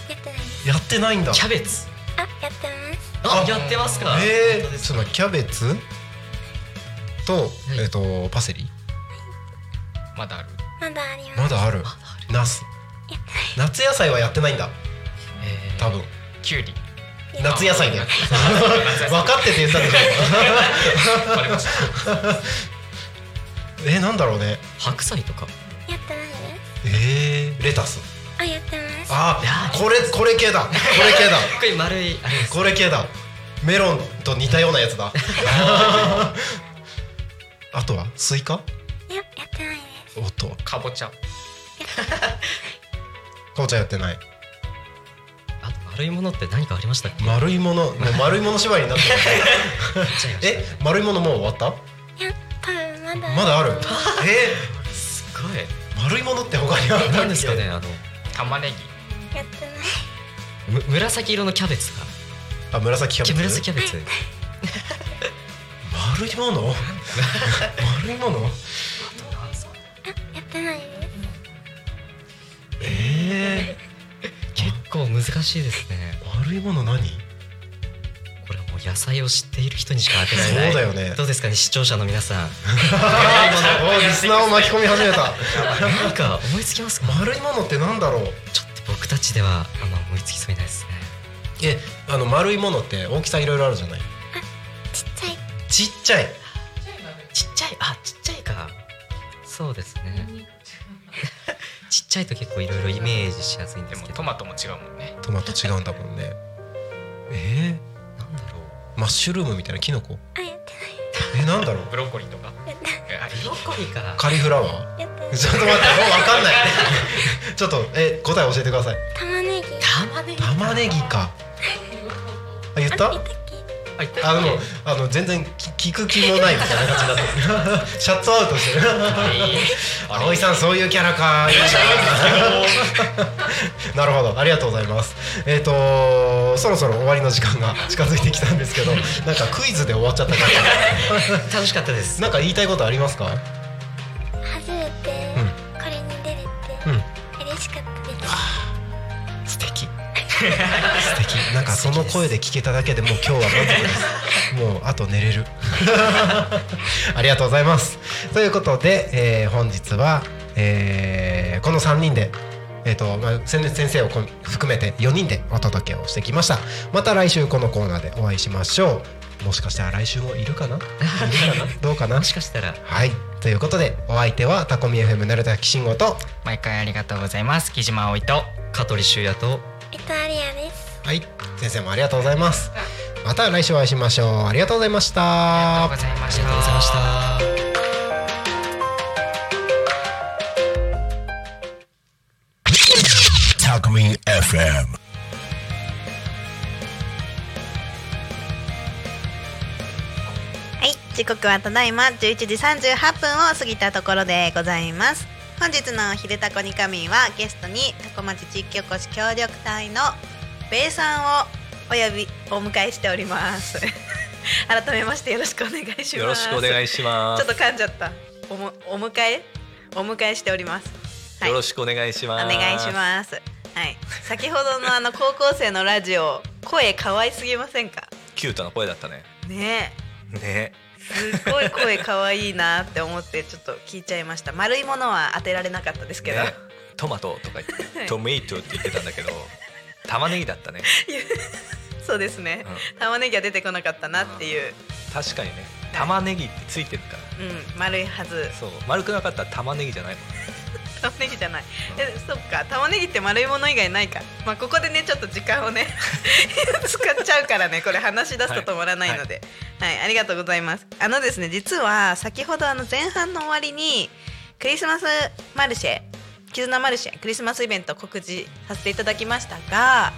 やってないです
やってないんだ
キャベツ。
あやってます
あ
あ、
やってますか。
え
本当で
ー、
す
そ
か
のキャベツと、
い
えっ、とパセリ
まだある
まだあります
まだあるナス
やってない
夏野菜はやってないんだ
えー
多分
キュウリ
夏野菜だよ分かってて言ったんでしょ
わかりました
えー、なんだろうね
白菜とか。
やってないです
えー、レタス
あやってます
あ
いやー
これこれ系だこれ 系だ
これ丸いあれです。
これ系だメロンと似たようなやつだあとはスイカ
いややってないです
おっとか
かぼちゃ
おちゃんやってない
あと丸いものって何かありましたっけ？
丸いものもう丸いもの縛りになってる
え、
え丸いものもう終わった
いや多分まだ
まだあるえ
すごい。
ー、丸いものって他にある
なんですかね、あの
玉ねぎ
やってない
む紫色のキャベツとか。
あ紫キャベツ
紫キャベツ。
丸いもの丸いもの
やってないです
え
結構難しいですね。
ー、丸いもの何
これはもう野菜を知っている人にしか当てられない。
そうだよね
どうですかね、視聴者の皆さ
お
ん。
リスナーを巻き込み始めた
何か思いつきますか？
丸いものってなんだろう
ちょっと僕たちではあんま思いつきそうにないですね。
えあの丸いものって大きさいろいろあるじゃない
ちっちゃい
ちっちゃい
ちっちゃいあちっちゃいか。そうですね。ちっちゃいと結構いろいろイメージしやすいんで
ですも
けど。
トマトも違うもんね
トマト違うんだもんねえ
なんだろう。
ー、マッシュルームみたいなキノコ
あやってない
えなんだろう
ブロッコリーとかえあ
ブロッコリーか。
カリフラワー
やってない
ちょっと待ってもう分かんない ちょっとえ答え教えてください
玉ねぎ
玉ねぎ。
玉ねぎかあ言っ
あ
た
いたっけ
あいた
あのあの全然き聞く気もないみたいな感じになってるシャットアウトしてる葵さんそういうキャラかいいななるほどありがとうございますえっ、とそろそろ終わりの時間が近づいてきたんですけどなんかクイズで終わっちゃった感
楽しかったです
じ。なんか言いたいことありますか
初めて
うん
これに出れて
うん
嬉しかったです
素 敵素敵なんかその声で聞けただけでもう今日は満足です もうあと寝れる ありがとうございますということで、えー本日は、えーこの3人でえっ、と、まあ、先先生をこ含めて4人でお届けをしてきましたまた来週このコーナーでお会いしましょうもしかしたら来週もいるか ないるかなどうかな
もしかしたら
はいということでお相手はタコミ FM 成田慎吾と
毎回ありがとうございます木島葵と
香取修也と
伊藤アリアです
はい、先生もありがとうございます。また来週お会いしましょう。ありがとうございました。
ございま
あ
し
りがとうございました。
Talk Me FM.
FM はい時刻はただいま11時38分を過ぎたところでございます本日の「ひるたこにかみん」はゲストにタコ町地域おこし協力隊のベイさんをお呼びお迎えしております 改めましてよろしくお願いします
よろしくお願いしま
ちょ
す
っと噛んじゃった。おもお迎えお迎えしております。はい。
よろ
し
しくお願いします
お願いします。はい。先ほどのあの高校生のラジオ声可愛すぎませんか。
すキュートな声だったね
ね
ね
え。すごい声可愛いなって思ってちょっと聞いちゃいました。丸いものは当てられなかったですけど。
ねトマトとか言っ
はい
てトメイトって言ってたんだけど玉ねぎだったね、
そうですね
う。ん
玉ねぎは出てこなかったなっていう。
確かにね玉ねぎってついてるから
うん。丸いはず。
そう丸くなかったら玉ねぎじゃないもん
玉ねぎじゃない。え、そっか。玉ねぎって丸いもの以外ないか。まあここでねちょっと時間をね 使っちゃうからね。これ話し出すと止まらないので。はい、ありがとうございます。あのですね、実は先ほどあの前半の終わりにクリスマスマルシェ、絆マルシェクリスマスイベントを告示させていただきましたが、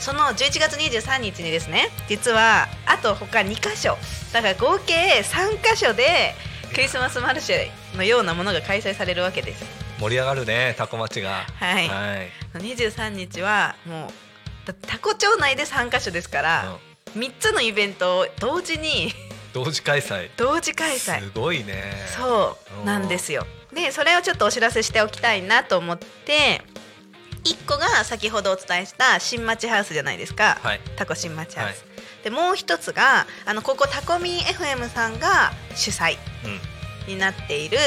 その11月23日にですね、実はあと他2箇所、だから合計3箇所でクリスマスマルシェのようなものが開催されるわけです
盛り上がるねタコ町が
はい
はい、
23日はもうだタコ町内で3カ所ですから、
うん
三3つのイベントを同時に
同時開催
同時開催
すごいね
そうなんですよでそれをちょっとお知らせしておきたいなと思って1個が先ほどお伝えした新町ハウスじゃないですか、
はい
タコ新町ハウス、でもう一つがあのここタコミン FM さんが主催
うん
になっている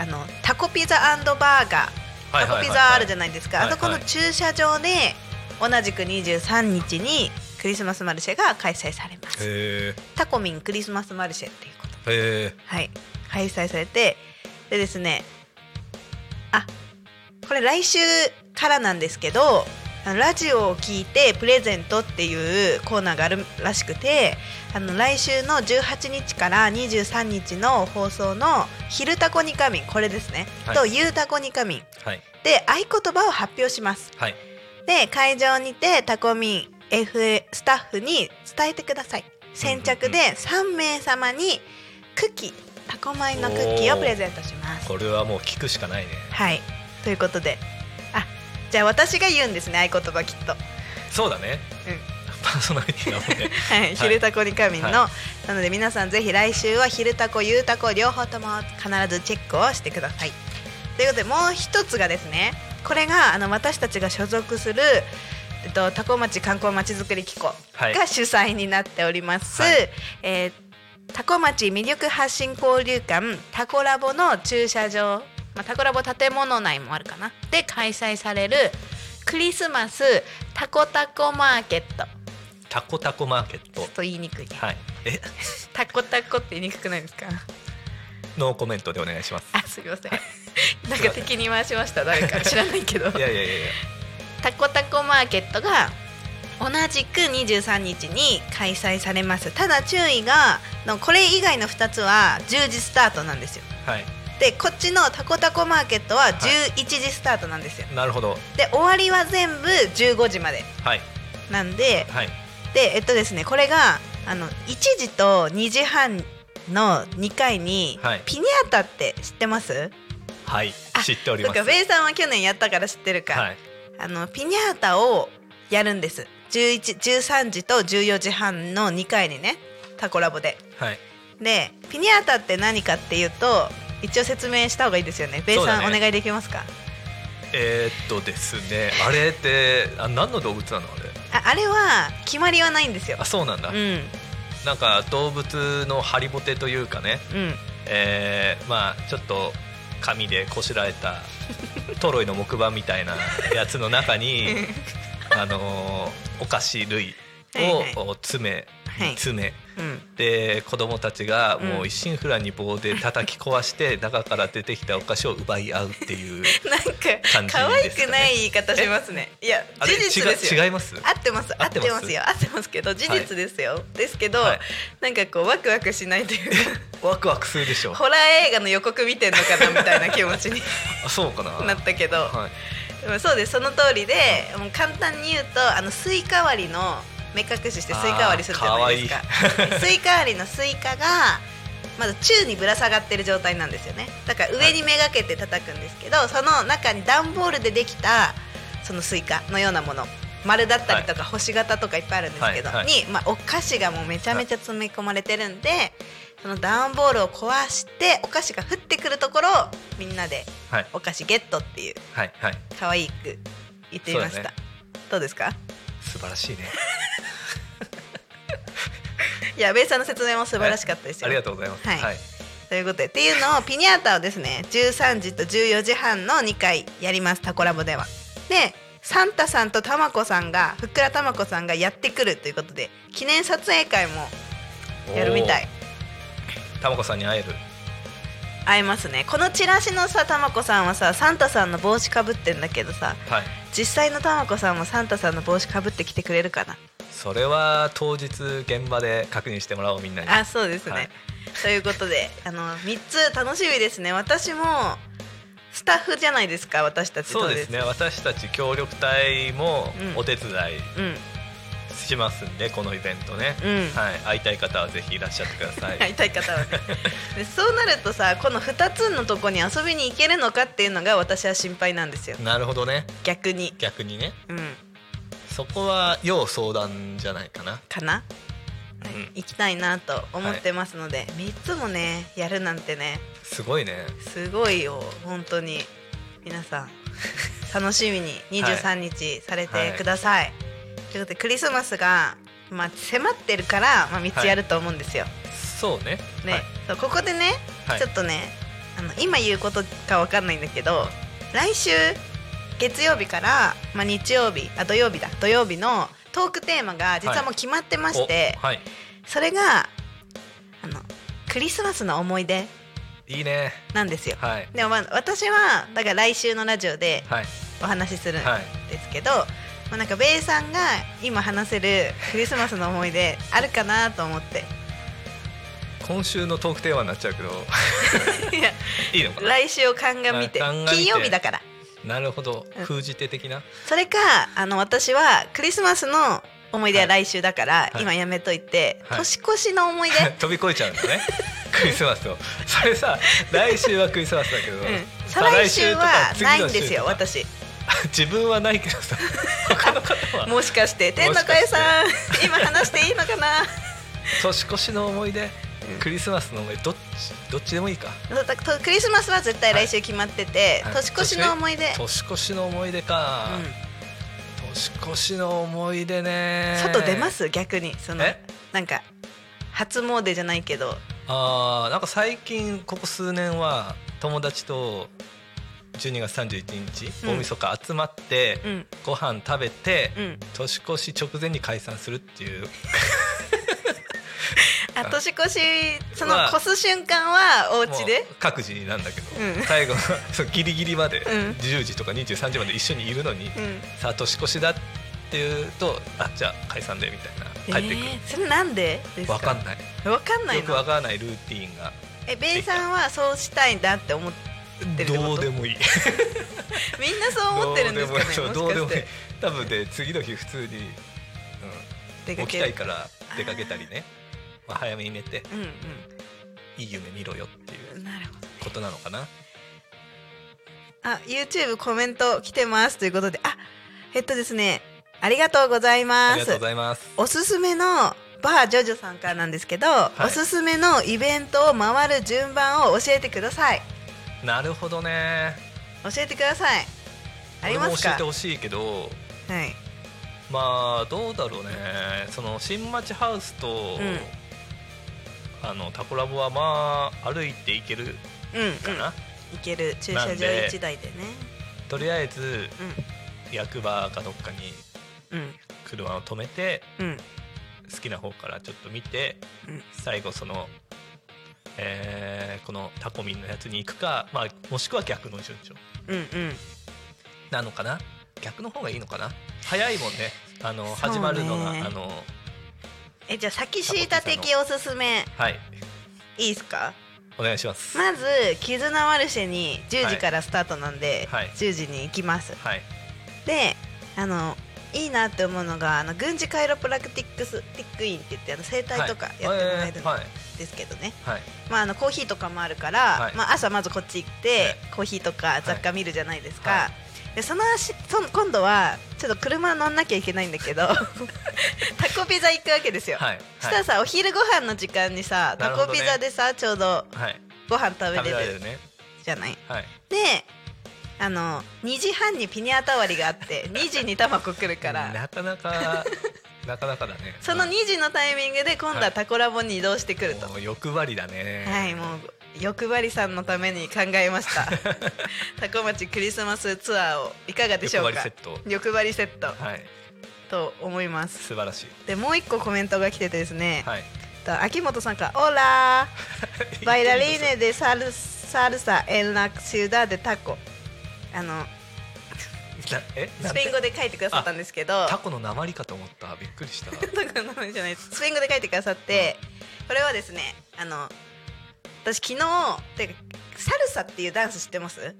あのタコピザバーガータコピザあるじゃないですか、
はいはい
あそこの駐車場で同じく23日にクリスマスマルシェが開催されます
へ
タコミンクリスマスマルシェっていうこと
えへ
はい、開催されてでですねあこれ来週からなんですけどあのラジオを聞いてプレゼントっていうコーナーがあるらしくてあの来週の18日から23日の放送の「昼タコニカミン」これですね、
はい
と「ゆうタコニカミン
えはい」
で合言葉を発表します
はい
で会場にてタコミン FA スタッフに伝えてください先着で3名様にクッキータコ米のクッキーをプレゼントします
これはもう聞くしかないね
はいということであじゃあ私が言うんですね合言葉きっと
そうだね、パーソナリティなの で
はい、昼タコに神の、
は
なので皆さんぜひ来週は昼タコ夕タコ両方とも必ずチェックをしてくださいということでもう一つがですねこれがあの私たちが所属する、えっと、タコ町観光まちづくり機構
はい
が主催になっております、
はい
えータコ町魅力発信交流館タコラボの駐車場、まあ、タコラボ建物内もあるかなで開催されるクリスマスタコタコマーケット
タコタコマーケッ
ちょ
ト
っと言いにくいね、
はいえ
タコタコって言いにくくないですか。
ノーコメントでお願い します
あ、すみません。なんか敵に回しました。誰か知らないけど。
いやいやいやいや
タコタコマーケットが同じく23日に開催されます。ただ注意が、のこれ以外の2つは10時スタートなんですよ。
はい
で、こっちのタコタコマーケットは11時スタートなんですよ。
なるほど
で、終わりは全部15時まで
はい
なんで、
はい
でえっとですねこれがあの1時と2時半の2回に、
はい
ピニャータって知ってます
はい
あ
知っており
そ
ま
っ
す
かベイさんは去年やったから知ってるか、
はい
あのピニャータをやるんです11 13時と14時半の2回にねタコラボで
はい
でピニャータって何かっていうと一応説明した方がいいですよねベイ
そう
さん、
だね
お願いできますか
えー、っとですねあれってあ何の動物なのあれ
ああれは決まりはないんですよ
あそうなんだ、
うんうん
なんか動物のハリボテというかねえー、まあちょっと紙でこしら えたトロイの木馬みたいなやつの中 にあのーお菓子類を
はいは
お詰め、
はい
詰め
うん
で子供たちが
う
もうん一心不乱に棒で叩き壊 して中から出てきたお菓子を奪い合うっていう
なんか
感じですか
可
ね
愛くない言い方しますねいや
あ
事
れ
実ですよ
違違います
合ってます合
合
っ
ってて
ま
ます
すよ合ってますけど事実ですよ、ですけど、
はい
なんかこうワクワクしないというか
ワクワクするでしょ
ホラー映画の予告見てんのかなみたいな気持ちに
あそうかな
なったけ ど、
はい、
でもそうですその通りでもう簡単に言うとあのスイカ割りの目隠ししてスイカ割りするじゃないですか
あ
スイカ割りのスイカがまだ宙にぶら下がってる状態なんですよねだから上にめがけて叩くんですけど、その中に段ボールでできたそのスイカのようなもの丸だったりとか星型とかいっぱいあるんですけど、
はいはい
に、まあ、お菓子がもうめちゃめちゃ詰め込まれてるんで、その段ボールを壊してお菓子が降ってくるところをみんなで
はい
お菓子ゲットっていう
はいはい
可愛く言ってみまし
そ
た、
うだね
どうですか
素晴らしいね
いやベイさんの説明も素晴らしかったですよ、
ありがとうございます
はいということでっていうのをピニャータをですね13時と14時半の2回やりますタコラボではでサンタさんとたまこさんがふっくらたまこさんがやってくるということで記念撮影会もやるみたい
たまこさんに会える
会えますねこのチラシのさたまこさんはさサンタさんの帽子かぶってんだけどさ
はい
実際のたまこさんもサンタさんの帽子かぶってきてくれるかな
それは当日現場で確認してもらおうみんなに
あそうですね、
はい
ということであの3つ楽しみですね私もスタッフじゃないですか私たち
そうですね私たち協力隊も
うん
お手伝い
当日うん
しますんでこのイベントね、
うん
はい、会いたい方はぜひいらっしゃってください、
会いたい方はねでそうなるとさこの2つのとこに遊びに行けるのかっていうのが私は心配なんですよ
なるほどね
逆に
逆にね
うん
そこは要相談じゃないかな
かな、はい
うん
行きたいなと思ってますので、3つもねやるなんてね
すごいね
すごいよ本当に皆さん 楽しみに23日されてください、ということでクリスマスが、まあ、迫ってるから、まあ、3つやると思うんですよ、
そうね
ね、そうここでね、
はい
ちょっとねあの今言うことかわかんないんだけど来週月曜日から、まあ、日曜日あ土曜日だ土曜日のトークテーマが実はもう決まってま
はい
して、
おはい
それがあのクリスマスの思い出
いいね
なんですよ。
はい
でも、まあ、私はだから来週のラジオで
はい
お話しするん
はい
ですけど、まあ、なんかベイさんが今話せるクリスマスの思い出あるかなと思って
今週のトークテーマになっちゃうけど
いや
いいのかな
来週を鑑みて
鑑みて
金曜日だから
なるほど
うん
封じ手的な
それかあの私はクリスマスの思い出は来週だから、
はい
今やめといて、
はい
年越しの思い出、
飛び越えちゃうんだねクリスマスをそれさ来週はクリスマスだけど、
うん、再来週はないんですよ
私
私
自分はないけどさ他の方は
もしかして天の声さん今話していいのかな
年越しの思い出クリスマスの思い出どっちどっちでもいいか
そうだとクリスマスは絶対来週決まってて、
はい
年越しの思い出、
年越しの思い出か、年越しの思い出
うん
ね
外出ます逆にその
え
なんか初詣じゃないけど
あーなんか最近ここ数年は友達と12月31日
うん
大晦日集まって
うん
ご飯食べて
うん
年越し直前に解散するっていう
あ
あ
年越しその
まあ
越す瞬間はお
も
家
う
で
各自なんだけど、
うん
最後のそうギリギリまで、
うん
10時とか23時まで一緒にいるのに、
うん
さあ年越しだっていうとあじゃあ解散でみたいな帰ってくる
えー、それなんでですか
わかんない
わかんない
よくわ
の
からないルーティーンが
えベイさんはそうしたいんだって思っってるってこと
どうでもいい
みんなそう思ってるんですかねもし
そう
か
どうで
し
もいい
て
多分で次の日普通に、
出
うん、
かけ
起きた
る
いから出かけたりねまあ、早めに寝て
うん
いい夢見ろよってい
う
う
んなるほど
ことなのかな
あ YouTube コメント来てますということであえっとですねありがとうござい
あ
ま
りが
す
とうございます
おすすめのバージョジョさんからなんですけど、
い
おすすめのイベントを回る順番を教えてください
なるほどね
教えてくださいあり
俺
ま
も
す
教え
か
てほしいけど
はい
まあどうだろうねその新町ハウスと、
うん
あのタコラボはまあ歩いていける
うんうん
かな、
行ける駐車
なん
場
で
1台でね
とりあえず役場かどっかに
うん
車を止めて
うんうん
好きな方からちょっと見て、
うん
最後その、えーこのタコミンのやつに行くか、まあ、もしくは逆の順調
うんうん
なのかな逆の方がいいのかな早いもんねあの
そうね
始まるのがあの
えじゃあ先シータ的おすすめ
はい
いいですか
お願いします、
まず絆マルシェに10時からスタートなんで、
はい
10時に行きます
はい
であのいいなって思うのがあの軍事カイロプラクティックスティックインって言ってあの整体とかやってもらえるん
はい
ですけどね、
はい
まあ、あのコーヒーとかもあるから、
はい
まあ、朝まずこっち行って、
はい
コーヒーとか雑貨見るじゃないですか、
は
でその足その今度はちょっと車乗んなきゃいけないんだけ どタコピザ行くわけですよ、
はいはい
そしたらさお昼ご飯の時間にさ
な
タ
るほ
コ
どね
ピザでさちょうど
はい
ご飯食べ
食べら
れ
れ
る
るね
じゃない
はい
であの2時半にピニャータワリがあって2時に卵来る から
なかなかなかなかだね
その2時のタイミングで今度はタコラボに移動してくると
もう欲張りだね
はいもう欲張りさんのために考えました タコ町クリスマスツアーをいかがでし
欲
ょ
張
う
り
か
セット
欲張りセット
はい
と思います
素晴らしい
でもう一個コメントが来ててですね、
はい
と秋元さんから「オ ラ バイラリーネでサルサルサエンラシュダでタコ」あの
な えな
ス
んて
ペイン語で書いてくださったんですけど
タコの鉛かと思ったびっくりした
とかの名じゃない ですスペイン語で書いてくださってこれはですねあの私昨日てかサルサっていうダンス知ってます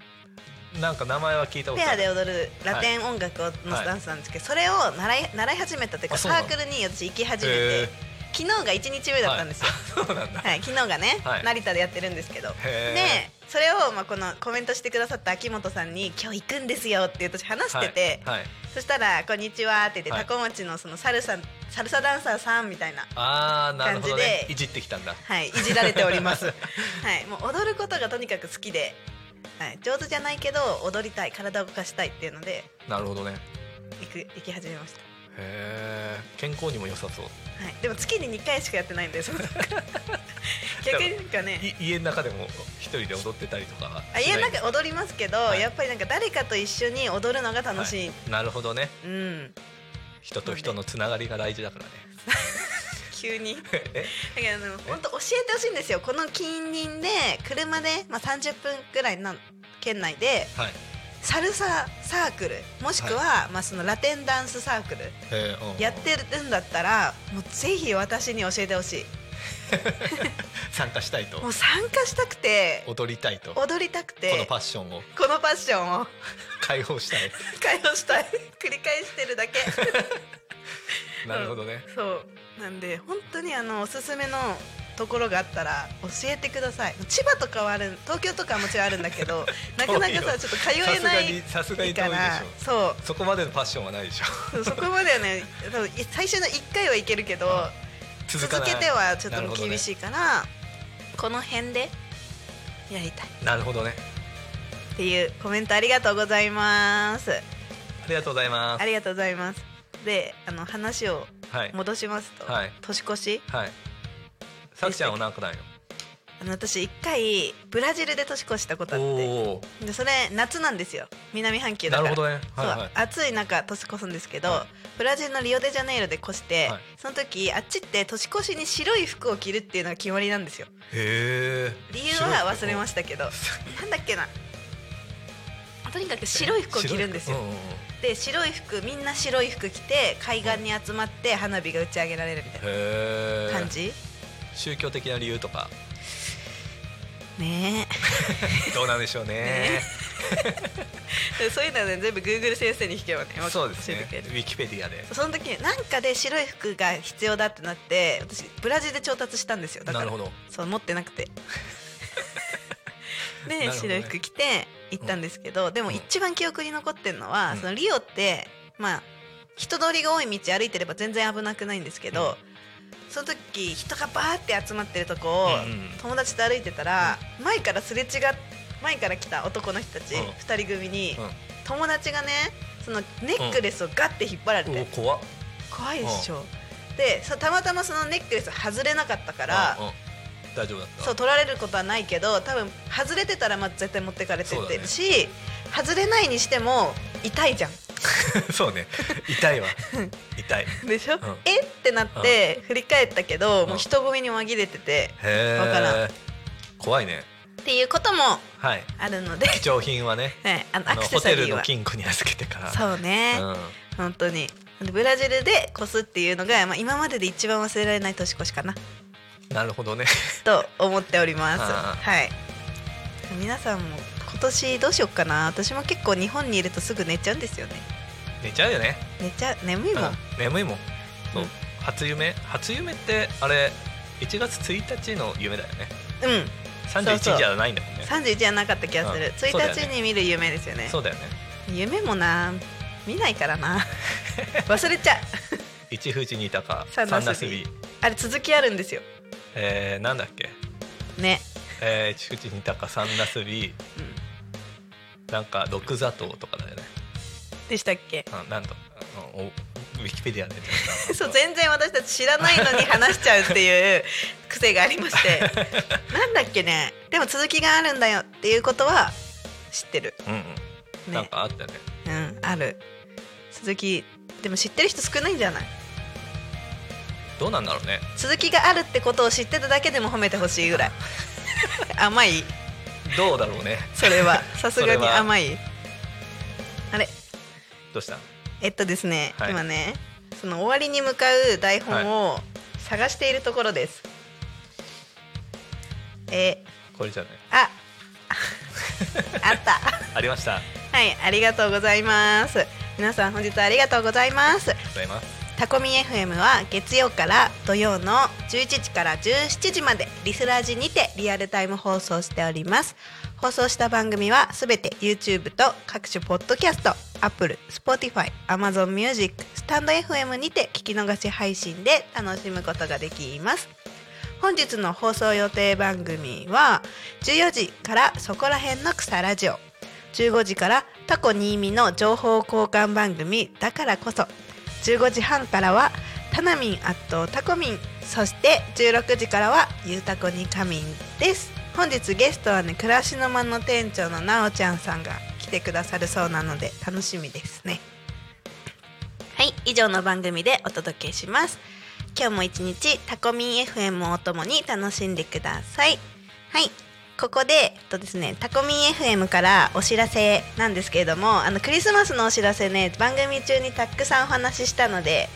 なんか名前は聞いたこと
ペア
ある
で踊るラテン音楽のダンスなんですけど、それを習い習い始めたというか
あそ
サ
うな
ー
の
クルに私行き始め
へ
て
ー
昨日が1日目だったんですよ、
はいそうなんだ
はい昨日がね、
はい
成田でやってるんですけど
へー
でそれをまあこのコメントしてくださった秋元さんに「今日行くんですよ」って私話してて、
はいはい
そしたら「こんにちは」って言って、
はい
タコ町のそのサルササルサダンサーさんみたいな。
ああなるほど
感
ね
じで
いじってきたんだ
はい、いじられており ます。はい、もう踊ることがとにかく好きで、はい、上手じゃないけど踊りたい、体を動かしたいっていうので
なるほどね
行く行き始めました。
へえ健康にも良さそう
はい、でも月に2回しかやってないん です。逆になんかね、
い家の中でも一人で踊ってたりとかは
あいやなんか踊りますけど、
はい
やっぱりなんか誰かと一緒に踊るのが楽しい。
はなるほどね
うん、
人と人のつながりが大事だからね
急に。だか
え
らあの本当教えてほしいんですよ。この近隣で車でまあ30分くらいの県内で
はい
サルササークルもしくは、まあそのラテンダンスサークル
えーうん
やってるんだったらもうぜひ私に教えてほし
参加したい
い
と
もう参加したくて
踊りたいとこ
踊りたくて
のパッションを
このパッションを
解放したい
解放したい 繰り返してるだけ
なるほどね
そうなんで本当にあのおすすめのところがあったら教えてください千葉とかはある東京とかはもちろんあるんだけど なかなかさちょっと通えない
さすがにさすがに遠い
か
でしょ
らそう
そこまでのパッションはないでしょ
そうそこまではね多分最初の1回はいけるけど
続
続
かない
けてはちょっと厳
い
しいからこの辺でやりたい
なるほどね
っていうコメントありがとうございます
ありがとうございま
あ
す
りがとうございますであの話を
はい
戻しますと、
はい
年越し
はいさくちゃんはなんかないの
あの私一回ブラジルで年越したことあって
おお
でそれ夏なんですよ南半球だ
な
から
るほどねはいは
そう
い
暑い中年越すんですけど、
は
ブラジルのリオデジャネイロで越して、
はい
その時あっちって年越しに白い服を着るっていうのが決まりなんですよ
へえ
理由は忘れましたけど
白
なんだっけなとにかく白い服を着るんですよ
白い服う
で白い服
んうんうん
みんな白い服着て海岸に集まって花火が打ち上げられるみたい
へ
な
え
感じ、
宗教的な理由とか
ね
どうなんでしょうね
えでそういうのはね全部 Google 先生に聞けばねわか
そうですね
教えて
ウ
くれる
ィキペディアで
その時になんかで白い服が必要だってなって私ブラジルで調達したんですよだから
なるほど
そう持ってなく てで、
なるほど
白
ね
い服着て行ったんですけど、でも
うん
一番記憶に残ってるのは、
うん
そのリオってまあ人通りが多い道歩いてれば全然危なくないんですけど、その時人がバーって集まってるとこを
うんうん
友達と歩いてたら、前からすれ違っ前から来た男の人たち
うん
2人組に、
うん
友達がねそのネックレスをガッて引っ張られて、
おお怖っ
怖いでしょ。でそうたまたまそのネックレス外れなかったから、
うんうん大丈夫だった
そう取られることはないけど多分外れてたらまあ絶対持ってかれて
そう
っ
だね
てるし、外れないにしても痛いじゃん
そうね 痛いわ痛いへ
でしょ、
ん
えってなって振り返ったけど、もう人混みに紛れてて
え
わからん
怖いね
っていうことも
はい
ある ので、
貴重品 はね
はい、あの
あ
ア
の
クセ
ホ
サ
テ
リ
ル
ー
の
は
金庫に預けてから
そうね、
うん
本当にブラジルで越すっていうのが、まあ、今までで一番忘れられない年越しかな
なるほどね
と思っております。
あー
はい。皆さんも今年どうしよっかな。私も結構日本にいるとすぐ寝ちゃうんですよね。
寝ちゃうよね
寝ちゃう眠いもん。
うん眠いもんそう
うん
初夢初夢ってあれ1月1日の夢だよね
うん。そうそう
31日じゃないんだもんね
三十一じゃなかった気がする
う。ん
一、
そうだよ
日
ね
に見る夢ですよね。
そうだよね
夢もな見ないから な。忘れちゃう。
一富士二鷹
三
三
茄子
茄子
あれ続きあるんですよ。
えー、なんだっけ、
ね。
えー、一富士二鷹三茄子なんか六座頭とかだよね
でしたっけ？
あなんとあのおウィキペディアで
そう全然私たち知らないのに話しちゃうって いう癖がありまして。なんだっけね。でも続きがあるんだよっていうことは知ってる。
うんうん、
ね。
なんかあったよね
うんある鈴木でも知ってる人少ないんじゃない
どうなんだろうね
鈴木があるってことを知ってただけでも褒めてほしいぐ らい甘い
どうだろうね
それ はさすが
そ
に
れは
甘いあれ
どうした
えっとですね、
はい
今ねその終わりに向かう台本を探しているところです、え
これじゃない
ああった
ありましたありがと
はい、ありがとうございます。皆さん本日はありがとうございます。
うございます
タコミ FM は月曜から土曜の11時から17時までリスラジにてリアルタイム放送しております。放送した番組はすべて YouTube と各種ポッドキャスト、Apple、Spotify、Amazon Music、スタンド FM にて聞き逃し配信で楽しむことができます。本日の放送予定番組は14時からそこら辺の草ラジオ15時からタコ新見の情報交換番組だからこそ15時半からはタナミンアットタコミンそして16時からはゆうたこにカミンです本日ゲストはね暮らしの間の店長のなおちゃんさんが来てくださるそうなので楽しみですねはい以上の番組でお届けします今日も一日タコミン FM をともに楽しんでくださいはいここで、えっとですね、タコミン FM からお知らせなんですけれどもあのクリスマスのお知らせね番組中にたくさんお話ししたので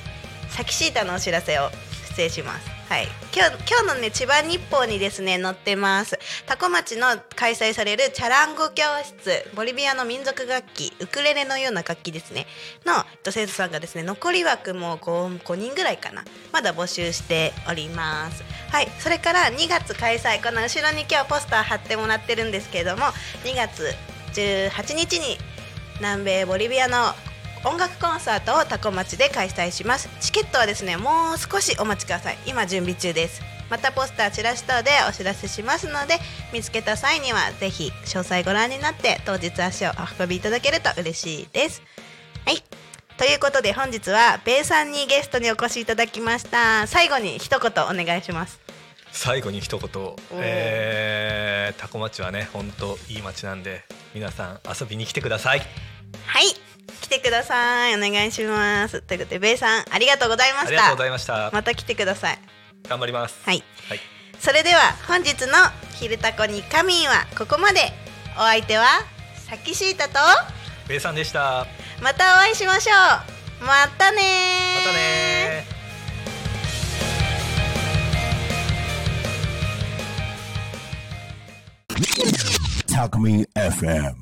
サキシータのお知らせを失礼します。はい、今日今日のね千葉日報にですね載ってます多古町の開催されるチャランゴ教室ボリビアの民族楽器ウクレレのような楽器ですねのえっと生徒さんがですね残り枠も 5, 5人ぐらいかなまだ募集しておりますはいそれから2月開催この後ろに今日ポスター貼ってもらってるんですけれども2月18日に南米ボリビアの音楽コンサートをタコ町で開催しますチケットはですねもう少しお待ちください今準備中ですまたポスターチラシ等でお知らせしますので見つけた際にはぜひ詳細ご覧になって当日足をお運びいただけると嬉しいですはいということで本日はベイさんにゲストにお越しいただきました最後に一言お願いします
最後に一言えー、タコ町はね本当いい町なんで皆さん遊びに来てください
はい来てくださいお願いしますということでベイさんありがとうございま
あ
し
りがと
た
うございました
また来てください
頑張ります
はい
はい、
それでは本日の「昼タコにカミン」はここまでお相手はさきしーたと
ベイさんでした
またお会いしましょうまたね
ま
ー
たねー
タコミン FM